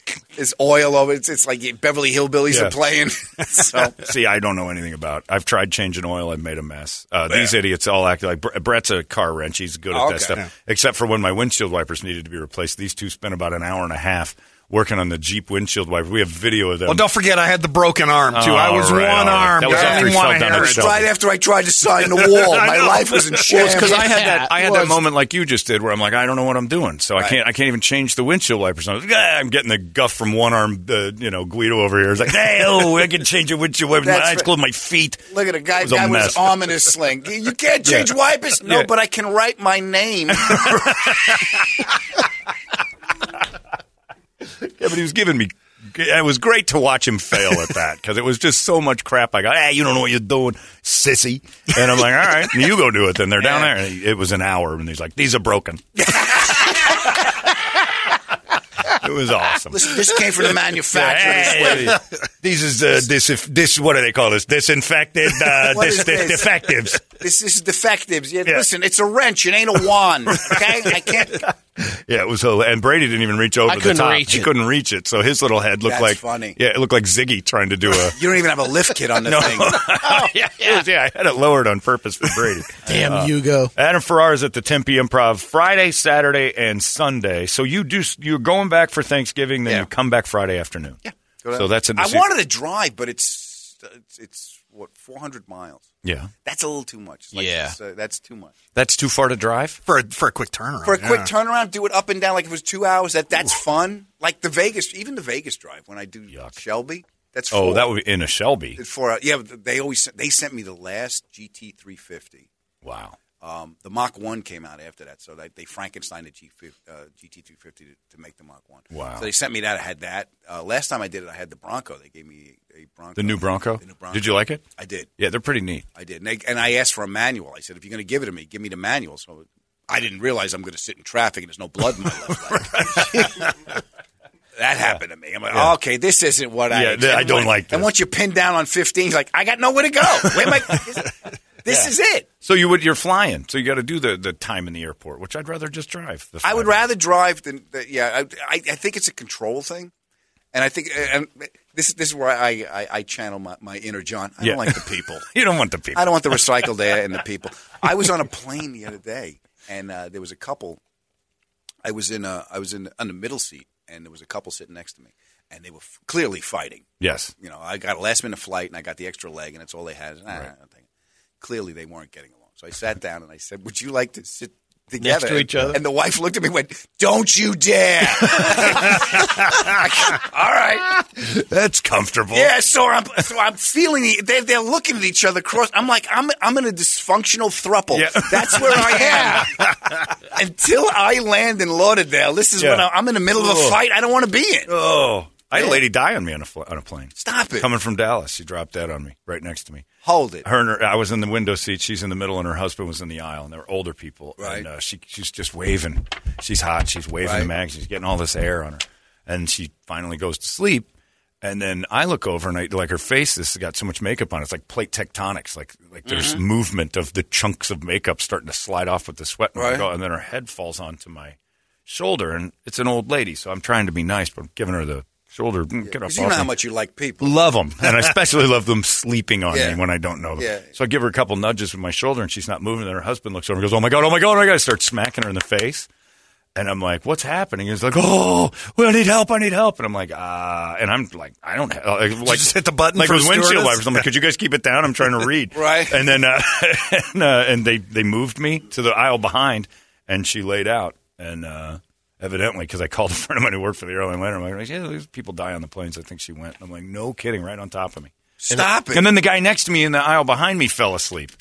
Speaker 6: yeah.
Speaker 4: It's oil over. It's, it's like Beverly Hillbillies
Speaker 3: Yeah.
Speaker 4: are playing. so
Speaker 3: See, I don't know anything about. I've tried changing oil. I've made a mess. Uh, These
Speaker 4: Yeah.
Speaker 3: idiots all act like Br- Brett's a car wrench. He's good at
Speaker 4: Oh,
Speaker 3: that
Speaker 4: okay.
Speaker 3: stuff.
Speaker 4: Yeah.
Speaker 3: Except for when my windshield wipers needed to be replaced. These two spent about an hour and a half working on the Jeep windshield wiper. We have video of them.
Speaker 6: Well, don't forget, I had the broken arm too.
Speaker 3: Oh,
Speaker 6: I was
Speaker 3: all right, all
Speaker 6: one
Speaker 3: right.
Speaker 6: arm.
Speaker 3: That was
Speaker 6: I
Speaker 3: after
Speaker 6: didn't
Speaker 3: he
Speaker 6: want
Speaker 3: fell
Speaker 6: to
Speaker 3: down
Speaker 6: hear
Speaker 3: the
Speaker 6: it.
Speaker 4: it's right after I tried to sign the wall. My life was in
Speaker 3: Well,
Speaker 4: shambles.
Speaker 3: it's because I had that. I had
Speaker 5: Yeah,
Speaker 3: that
Speaker 5: it
Speaker 3: moment like you just did, where I'm like, I don't know what I'm doing, so I can't. I can't even change the windshield wipers. I'm, like, "Ah," I'm getting the guff from one arm, uh, you know, Guido over here. It's like, hey, oh, I can change the windshield wipers. My
Speaker 4: That's
Speaker 3: eyes
Speaker 4: right.
Speaker 3: closed, my feet.
Speaker 4: Look at a guy,
Speaker 3: It was a
Speaker 4: guy with
Speaker 3: mess.
Speaker 4: his arm in his sling. You can't change wipers. No,
Speaker 3: Yeah.
Speaker 4: but I can write my name.
Speaker 3: Yeah, but he was giving me. It was great to watch him fail at that because it was just so much crap. I got, hey, you don't know what you're doing, sissy. And I'm like, all right, you go do it. Then they're down there. And it was an hour, and he's like, these are broken. it was awesome.
Speaker 4: Listen, this came from the manufacturer. This way.
Speaker 3: Hey, these is uh, this if this what do they call this disinfected uh,
Speaker 4: What
Speaker 3: dis-
Speaker 4: is this?
Speaker 3: defectives.
Speaker 4: This, this is defectives. Yeah,
Speaker 3: Yeah.
Speaker 4: Listen, it's a wrench. It ain't a wand. Okay, I can't.
Speaker 3: Yeah, it was so. And Brady didn't even reach over
Speaker 5: I
Speaker 3: the
Speaker 5: couldn't
Speaker 3: top.
Speaker 5: reach
Speaker 3: he
Speaker 5: it.
Speaker 3: couldn't reach it, so his little head looked
Speaker 4: That's
Speaker 3: like
Speaker 4: funny.
Speaker 3: Yeah, it looked like Ziggy trying to do a.
Speaker 4: You don't even have a lift kit on the thing.
Speaker 3: yeah, it was- yeah, I had it lowered on purpose for Brady.
Speaker 5: Damn
Speaker 3: Uh,
Speaker 5: Hugo.
Speaker 3: Adam Ferrar is at the Tempe Improv Friday, Saturday, and Sunday. So you do you're going back for Thanksgiving, then
Speaker 4: Yeah.
Speaker 3: you come back Friday afternoon. Yeah. So that's in the
Speaker 4: I
Speaker 3: season.
Speaker 4: wanted to drive, but it's it's, it's what four hundred miles.
Speaker 3: Yeah.
Speaker 4: That's a little too much. It's Like,
Speaker 5: Yeah.
Speaker 4: it's, uh, that's too much
Speaker 3: That's too far to drive.
Speaker 6: for a, for a quick
Speaker 3: Oh,
Speaker 6: turnaround.
Speaker 4: for a quick
Speaker 6: yeah.
Speaker 4: turnaround. Do it up and down like if it was two hours. That that's fun. Like the Vegas, even the Vegas drive when I do Shelby. That's
Speaker 3: Oh,
Speaker 4: four.
Speaker 3: that would be in a Shelby.
Speaker 4: it's four. hours. Yeah, but they always sent- they sent me the last GT three fifty.
Speaker 3: Wow.
Speaker 4: Um, the Mach One came out after that, so that, they Frankenstein the G, uh, GT three fifty to, to make the Mach One.
Speaker 3: Wow.
Speaker 4: So they sent me that. I had that. Uh, last time I did it, I had the Bronco. They gave me a Bronco.
Speaker 3: The new Bronco.
Speaker 4: The new Bronco.
Speaker 3: Did you like it?
Speaker 4: I did.
Speaker 3: Yeah, they're pretty neat.
Speaker 4: I did. And, they, and I asked for a manual. I said, if you're going to give it to me, give me the manual. So I didn't realize I'm going to sit in traffic and there's no blood in my left leg. that happened to me. I'm like, okay, this isn't what I.
Speaker 3: Yeah, th- I don't
Speaker 4: And
Speaker 3: like
Speaker 4: And
Speaker 3: this.
Speaker 4: once you're pinned down on 15, you're like, I got nowhere to go. Where am I? This is it.
Speaker 3: So you would you're flying, so you got to do the the time in the airport, which I'd rather just drive. The
Speaker 4: I would
Speaker 3: five-
Speaker 4: rather drive than, than yeah. I, I, I think it's a control thing, and I think and this this is where I I, I channel my, my inner John. I
Speaker 3: Yeah.
Speaker 4: don't like the people.
Speaker 3: You don't want the people.
Speaker 4: I don't want the recycled air and the people. I was on a plane the other day, and uh, there was a couple. I was in a, I was in on the middle seat, and there was a couple sitting next to me, and they were f- clearly fighting.
Speaker 3: Yes.
Speaker 4: You know, I got a last minute flight, and I got the extra leg, and that's Ah, all they had. And I- I don't think- Clearly, they weren't getting along. So I sat down and I said, "Would you like to sit together
Speaker 5: to each other.
Speaker 4: And the wife looked at me and went, Don't you dare. All right.
Speaker 3: That's comfortable.
Speaker 4: Yeah, so I'm so I'm feeling the, they they're looking at each other cross. I'm like I'm I'm in a dysfunctional thruple.
Speaker 3: Yeah.
Speaker 4: That's where I am. Until I land in Lauderdale, this is
Speaker 3: Yeah.
Speaker 4: when I, I'm in the middle of a
Speaker 3: Ugh.
Speaker 4: fight I don't want to be in.
Speaker 3: Oh, I had a
Speaker 4: Yeah.
Speaker 3: lady die on me on a, fl- on a plane.
Speaker 4: Stop it.
Speaker 3: Coming from Dallas, she dropped dead on me right next to me.
Speaker 4: Hold it.
Speaker 3: Her, and her I was in the window seat. She's in the middle, and her husband was in the aisle, and they were older people.
Speaker 4: Right.
Speaker 3: And uh, she she's just waving. She's hot. She's waving
Speaker 4: Right.
Speaker 3: the mag. She's getting all this air on her, and she finally goes to sleep. And then I look over and I like her face. This has got so much makeup on. It's like plate tectonics. Like like there's movement of the chunks of makeup starting to slide off with the sweat. And, I
Speaker 4: Right.
Speaker 3: go- and then her head falls onto my shoulder, and it's an old lady. So I'm trying to be nice, but I'm giving her the shoulder. "Mm, Get up.
Speaker 4: 'Cause you
Speaker 3: off
Speaker 4: know how
Speaker 3: me."
Speaker 4: much you like people.
Speaker 3: Love them, and I especially love them sleeping on
Speaker 4: Yeah.
Speaker 3: me when I don't know them.
Speaker 4: Yeah.
Speaker 3: So I give her a couple nudges with my shoulder, and she's not moving. Then her husband looks over and goes, "Oh my god, oh my god, oh my god!" I start smacking her in the face, and I'm like, "What's happening?" He's like, "Oh, well, I need help, I need help," and I'm like, "Ah," and I'm like, "I don't have like
Speaker 6: just hit the button
Speaker 3: like
Speaker 6: for
Speaker 3: with windshield
Speaker 6: stewardess?
Speaker 3: wipers." I'm like, "Could you guys keep it down? I'm trying to read."
Speaker 4: Right.
Speaker 3: and then uh, and, uh, and they they moved me to the aisle behind, and she laid out and. uh Evidently, because I called a friend of mine who worked for the airline later. I'm like, yeah, these people die on the planes. I think she went. And I'm like, no kidding, right on top of me.
Speaker 4: Stop it.
Speaker 3: And then the guy next to me in the aisle behind me fell asleep.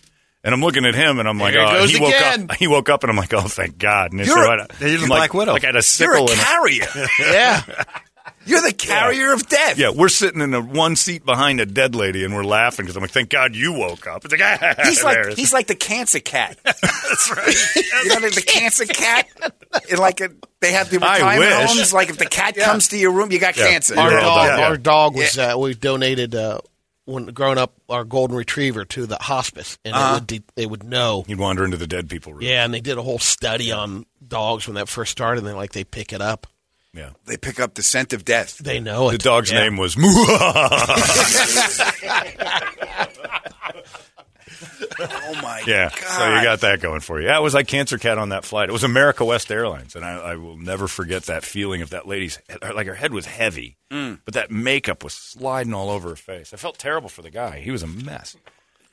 Speaker 3: And I'm looking at him, and I'm like,
Speaker 5: There it
Speaker 3: oh,
Speaker 5: goes
Speaker 3: he woke
Speaker 5: again.
Speaker 3: up. He woke up, and I'm like, oh, thank God. And
Speaker 4: You're a-
Speaker 3: I-
Speaker 6: you're the
Speaker 3: I'm like,
Speaker 6: Black Widow.
Speaker 3: Like I had a
Speaker 4: You're
Speaker 3: sickle.
Speaker 4: a
Speaker 3: and a-
Speaker 4: carrier.
Speaker 5: Yeah.
Speaker 4: You're the carrier of death.
Speaker 3: yeah, we're sitting in a one seat behind a dead lady, and we're laughing because I'm like, thank God you woke up. It's like, ah,
Speaker 4: He's
Speaker 3: there it
Speaker 4: like
Speaker 3: is.
Speaker 4: he's like the cancer cat. That's right. you know the cancer cat. And like a, they have the
Speaker 3: I
Speaker 4: retirement
Speaker 3: wish.
Speaker 4: homes. Like if the cat comes to your room, you got
Speaker 3: Yeah.
Speaker 4: cancer.
Speaker 3: You're
Speaker 5: our
Speaker 3: all
Speaker 5: dog,
Speaker 3: done. Yeah.
Speaker 5: our dog was uh, we donated uh, when growing up our golden retriever to the hospice, and
Speaker 3: Uh-huh.
Speaker 5: it would de- they would know.
Speaker 3: he'd wander into the dead people room.
Speaker 5: Yeah, and they did a whole study on dogs when that first started, and they like they pick it up.
Speaker 3: Yeah.
Speaker 4: They pick up the scent of death.
Speaker 5: They know
Speaker 3: The
Speaker 5: it.
Speaker 3: dog's name was Muah.
Speaker 4: Oh my
Speaker 3: Yeah,
Speaker 4: god!
Speaker 3: so you got that going for you. Yeah, it was like Cancer Cat on that flight. It was America West Airlines, and I, I will never forget that feeling of that lady's her- like her head was heavy, but that makeup was sliding all over her face. I felt terrible for the guy; he was a mess.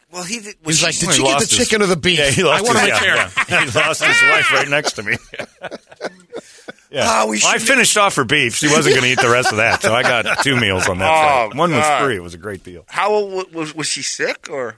Speaker 4: Well, he did,
Speaker 5: He's
Speaker 4: she-
Speaker 5: like, did
Speaker 3: He
Speaker 5: you get the
Speaker 3: lost his-
Speaker 5: chicken or the beef?
Speaker 3: Yeah, he lost
Speaker 5: I want
Speaker 3: his,
Speaker 5: to make
Speaker 3: yeah, yeah. He lost his wife right next to me. yeah,
Speaker 4: Ah,
Speaker 3: Well,
Speaker 4: we
Speaker 3: I
Speaker 4: shouldn't-
Speaker 3: finished off her beef. She wasn't going to eat the rest of that, so I got two meals on that.
Speaker 4: Oh,
Speaker 3: flight. One was
Speaker 4: God.
Speaker 3: free. It was a great deal.
Speaker 4: How old was, was she sick or?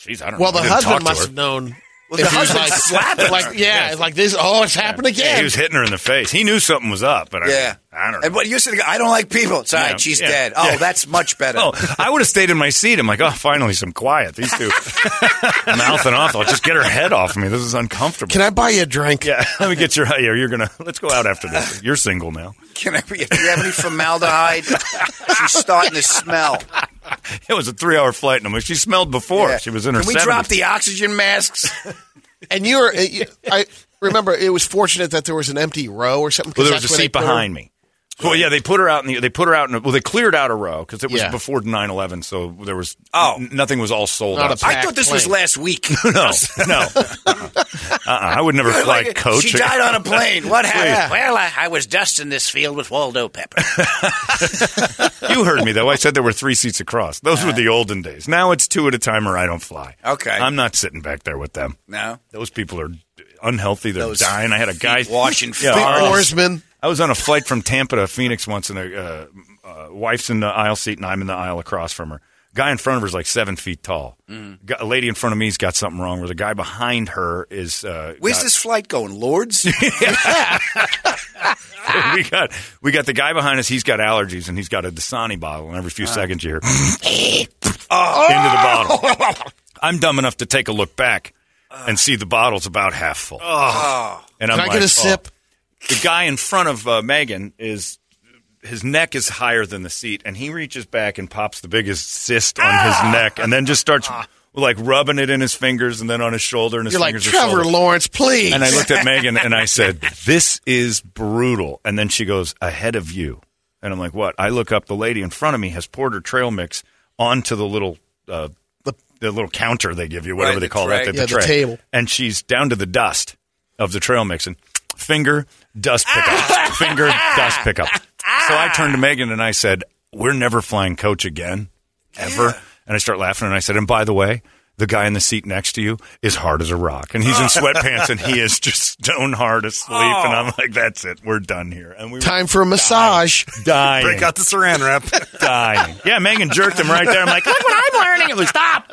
Speaker 3: Jeez, I don't
Speaker 5: Well,
Speaker 3: know.
Speaker 5: the
Speaker 3: I didn't talk
Speaker 5: husband
Speaker 3: to
Speaker 5: must
Speaker 3: her.
Speaker 5: have known.
Speaker 4: Well,
Speaker 5: if
Speaker 4: the
Speaker 5: he was
Speaker 4: husband's
Speaker 5: like,
Speaker 4: slapping
Speaker 5: like, yeah, it's like this. Oh, it's happened
Speaker 3: Yeah,
Speaker 5: again.
Speaker 3: he was hitting her in the face. He knew something was up, but I,
Speaker 4: Yeah,
Speaker 3: I don't know.
Speaker 4: And what you said, I don't like people. Sorry,
Speaker 3: Yeah,
Speaker 4: she's
Speaker 3: yeah,
Speaker 4: dead. Oh,
Speaker 3: yeah.
Speaker 4: that's much better.
Speaker 3: Oh, I would have stayed in my seat. I'm like, oh, finally some quiet. These two mouthing off. I'll just get her head off me. This is uncomfortable.
Speaker 5: Can I buy you a drink?
Speaker 3: yeah, let me get your. Yeah, you're gonna. Let's go out after this. You're single now.
Speaker 4: Can I, do you have any formaldehyde? she's starting to smell.
Speaker 3: It was a three hour flight, and I'm like, she smelled before.
Speaker 4: Yeah.
Speaker 3: She was in her.
Speaker 4: Can we
Speaker 3: 70s.
Speaker 4: drop the oxygen masks?
Speaker 5: And you were. You, I remember it was fortunate that there was an empty row or something. 'cause
Speaker 3: Well, there was a
Speaker 5: that's where they
Speaker 3: seat
Speaker 5: put her-
Speaker 3: behind me. Well, yeah, they put her out in the. They put her out in. A, well, they cleared out a row because it was
Speaker 5: Yeah.
Speaker 3: before 9/11, so there was.
Speaker 4: Oh.
Speaker 3: n- nothing was all sold
Speaker 5: Not a
Speaker 3: out.
Speaker 5: pack.
Speaker 4: I thought this was
Speaker 5: plane.
Speaker 4: last week.
Speaker 3: no, no. Uh-uh. I would never fly
Speaker 4: Like,
Speaker 3: coach.
Speaker 4: She died on a plane. What
Speaker 3: Please.
Speaker 4: happened? Well, I, I was dusting this field with Waldo Pepper.
Speaker 3: You heard me though. I said there were three seats across. Those were the olden days. Now it's two at a time, or I don't fly.
Speaker 4: Okay.
Speaker 3: I'm not sitting back there with them.
Speaker 4: No.
Speaker 3: Those people are unhealthy. They're
Speaker 4: Those
Speaker 3: dying. I had a guy
Speaker 4: feet washing
Speaker 3: Yeah,
Speaker 4: feet
Speaker 3: I was-
Speaker 5: Oarsman.
Speaker 3: I was on a flight from Tampa to Phoenix once, and a uh, uh, wife's in the aisle seat, and I'm in the aisle across from her. Guy in front of her is like seven feet tall.
Speaker 4: Mm.
Speaker 3: Got- A lady in front of me's got something wrong. Where the guy behind her is. Uh,
Speaker 4: Where's
Speaker 3: got-
Speaker 4: this flight going, Lords?
Speaker 3: we got we got the guy behind us. He's got allergies, and he's got a Dasani bottle, and every
Speaker 5: Uh.
Speaker 3: few seconds you hear
Speaker 5: Ah.
Speaker 3: Ah, into the bottle. I'm dumb enough to take a look back and see the bottle's about half full. And I'm
Speaker 5: Ah. Can I
Speaker 3: like,
Speaker 5: get a
Speaker 3: oh.
Speaker 5: sip?
Speaker 3: The guy in front of uh, Megan is. His neck is higher than the seat, and he reaches back and pops the biggest cyst on
Speaker 5: Ah.
Speaker 3: his neck, and then just starts like rubbing it in his fingers, and then on his shoulder, and his
Speaker 5: You're like
Speaker 3: fingers. are
Speaker 5: Trevor
Speaker 3: shoulder.
Speaker 5: Lawrence, please.
Speaker 3: And I looked at Megan and I said, This is brutal. And then she goes, Ahead of you. And I'm like, What? I look up. The lady in front of me has poured her trail mix onto the little. Uh, the, little counter they give you, whatever
Speaker 4: Right,
Speaker 3: they
Speaker 4: the
Speaker 3: call
Speaker 4: tray.
Speaker 3: that,
Speaker 5: Yeah,
Speaker 3: the
Speaker 5: the
Speaker 3: tray.
Speaker 5: table.
Speaker 3: And she's down to the dust of the trail mix and finger dust pickup, finger dust pickup. So I turned to Megan and I said, "We're never flying coach again, ever." And I start laughing and I said, "And by the way, the guy in the seat next to you is hard as a rock, and he's in sweatpants, and he is just stone hard asleep. And I'm like, that's it, we're done here. And we were
Speaker 5: Time for a massage.
Speaker 3: dying,
Speaker 6: Break out the saran wrap.
Speaker 3: dying. Yeah, Megan jerked him right there. I'm like, look what I'm learning. I'm like, Stop.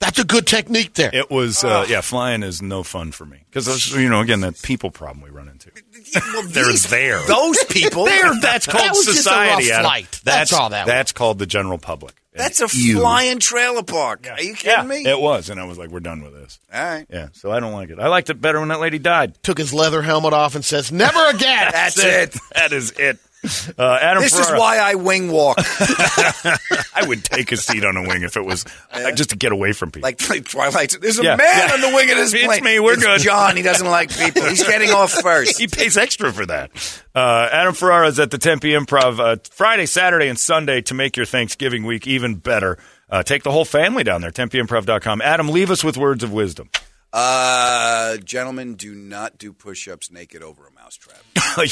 Speaker 5: That's a good technique there.
Speaker 3: It was, uh, yeah, flying is no fun for me because you know, again, that people problem we run into.
Speaker 4: Well,
Speaker 3: They're
Speaker 4: these-
Speaker 3: there.
Speaker 4: Those people.
Speaker 3: There, that's called
Speaker 5: was just a
Speaker 3: society.
Speaker 5: rough
Speaker 3: Adam.
Speaker 5: flight. That's all that was.
Speaker 3: That's called the general public.
Speaker 4: That's a
Speaker 3: You.
Speaker 4: flying trailer park. Are you
Speaker 3: Yeah,
Speaker 4: kidding me?
Speaker 3: It was, and I was like, we're done with this.
Speaker 4: All right.
Speaker 3: Yeah, so I don't like it. I liked it better when that lady died.
Speaker 5: Took his leather helmet off and says, "Never again."
Speaker 4: That's it.
Speaker 3: That is it. Uh, Adam
Speaker 4: This is
Speaker 3: Ferrara,
Speaker 4: why I wing walk.
Speaker 3: I would take a seat on a wing if it was uh, just to get away from people.
Speaker 4: like like Twilight. Zone. There's a
Speaker 3: Yeah.
Speaker 4: man
Speaker 3: Yeah.
Speaker 4: on the wing of this
Speaker 3: It's
Speaker 4: plane.
Speaker 3: me. We're
Speaker 4: It's
Speaker 3: good.
Speaker 4: John. He doesn't like people. He's getting off first.
Speaker 3: he pays extra for that. Uh, Adam Ferrara is at the Tempe Improv uh, Friday, Saturday, and Sunday to make your Thanksgiving week even better. Uh, take the whole family down there, tempeimprov.com. Adam, leave us with words of wisdom.
Speaker 4: Uh, gentlemen, do not do push-ups naked over a mousetrap.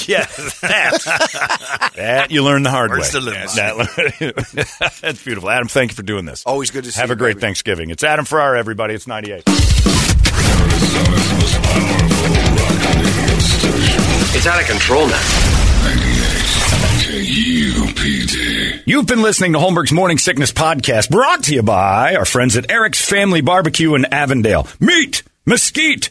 Speaker 3: yeah, that. that you learn the hard
Speaker 6: Words
Speaker 3: way.
Speaker 6: to live
Speaker 3: That- that's beautiful. Adam, thank you for doing this.
Speaker 4: Always good to see
Speaker 3: Have
Speaker 4: you,
Speaker 3: a great
Speaker 4: baby.
Speaker 3: Thanksgiving. It's Adam Ferrara, everybody. It's 98.
Speaker 7: It's out of control now.
Speaker 2: K-U-P-D.
Speaker 3: You've been listening to Holmberg's Morning Sickness Podcast, brought to you by our friends at Eric's Family Barbecue in Avondale. Meet, mesquite,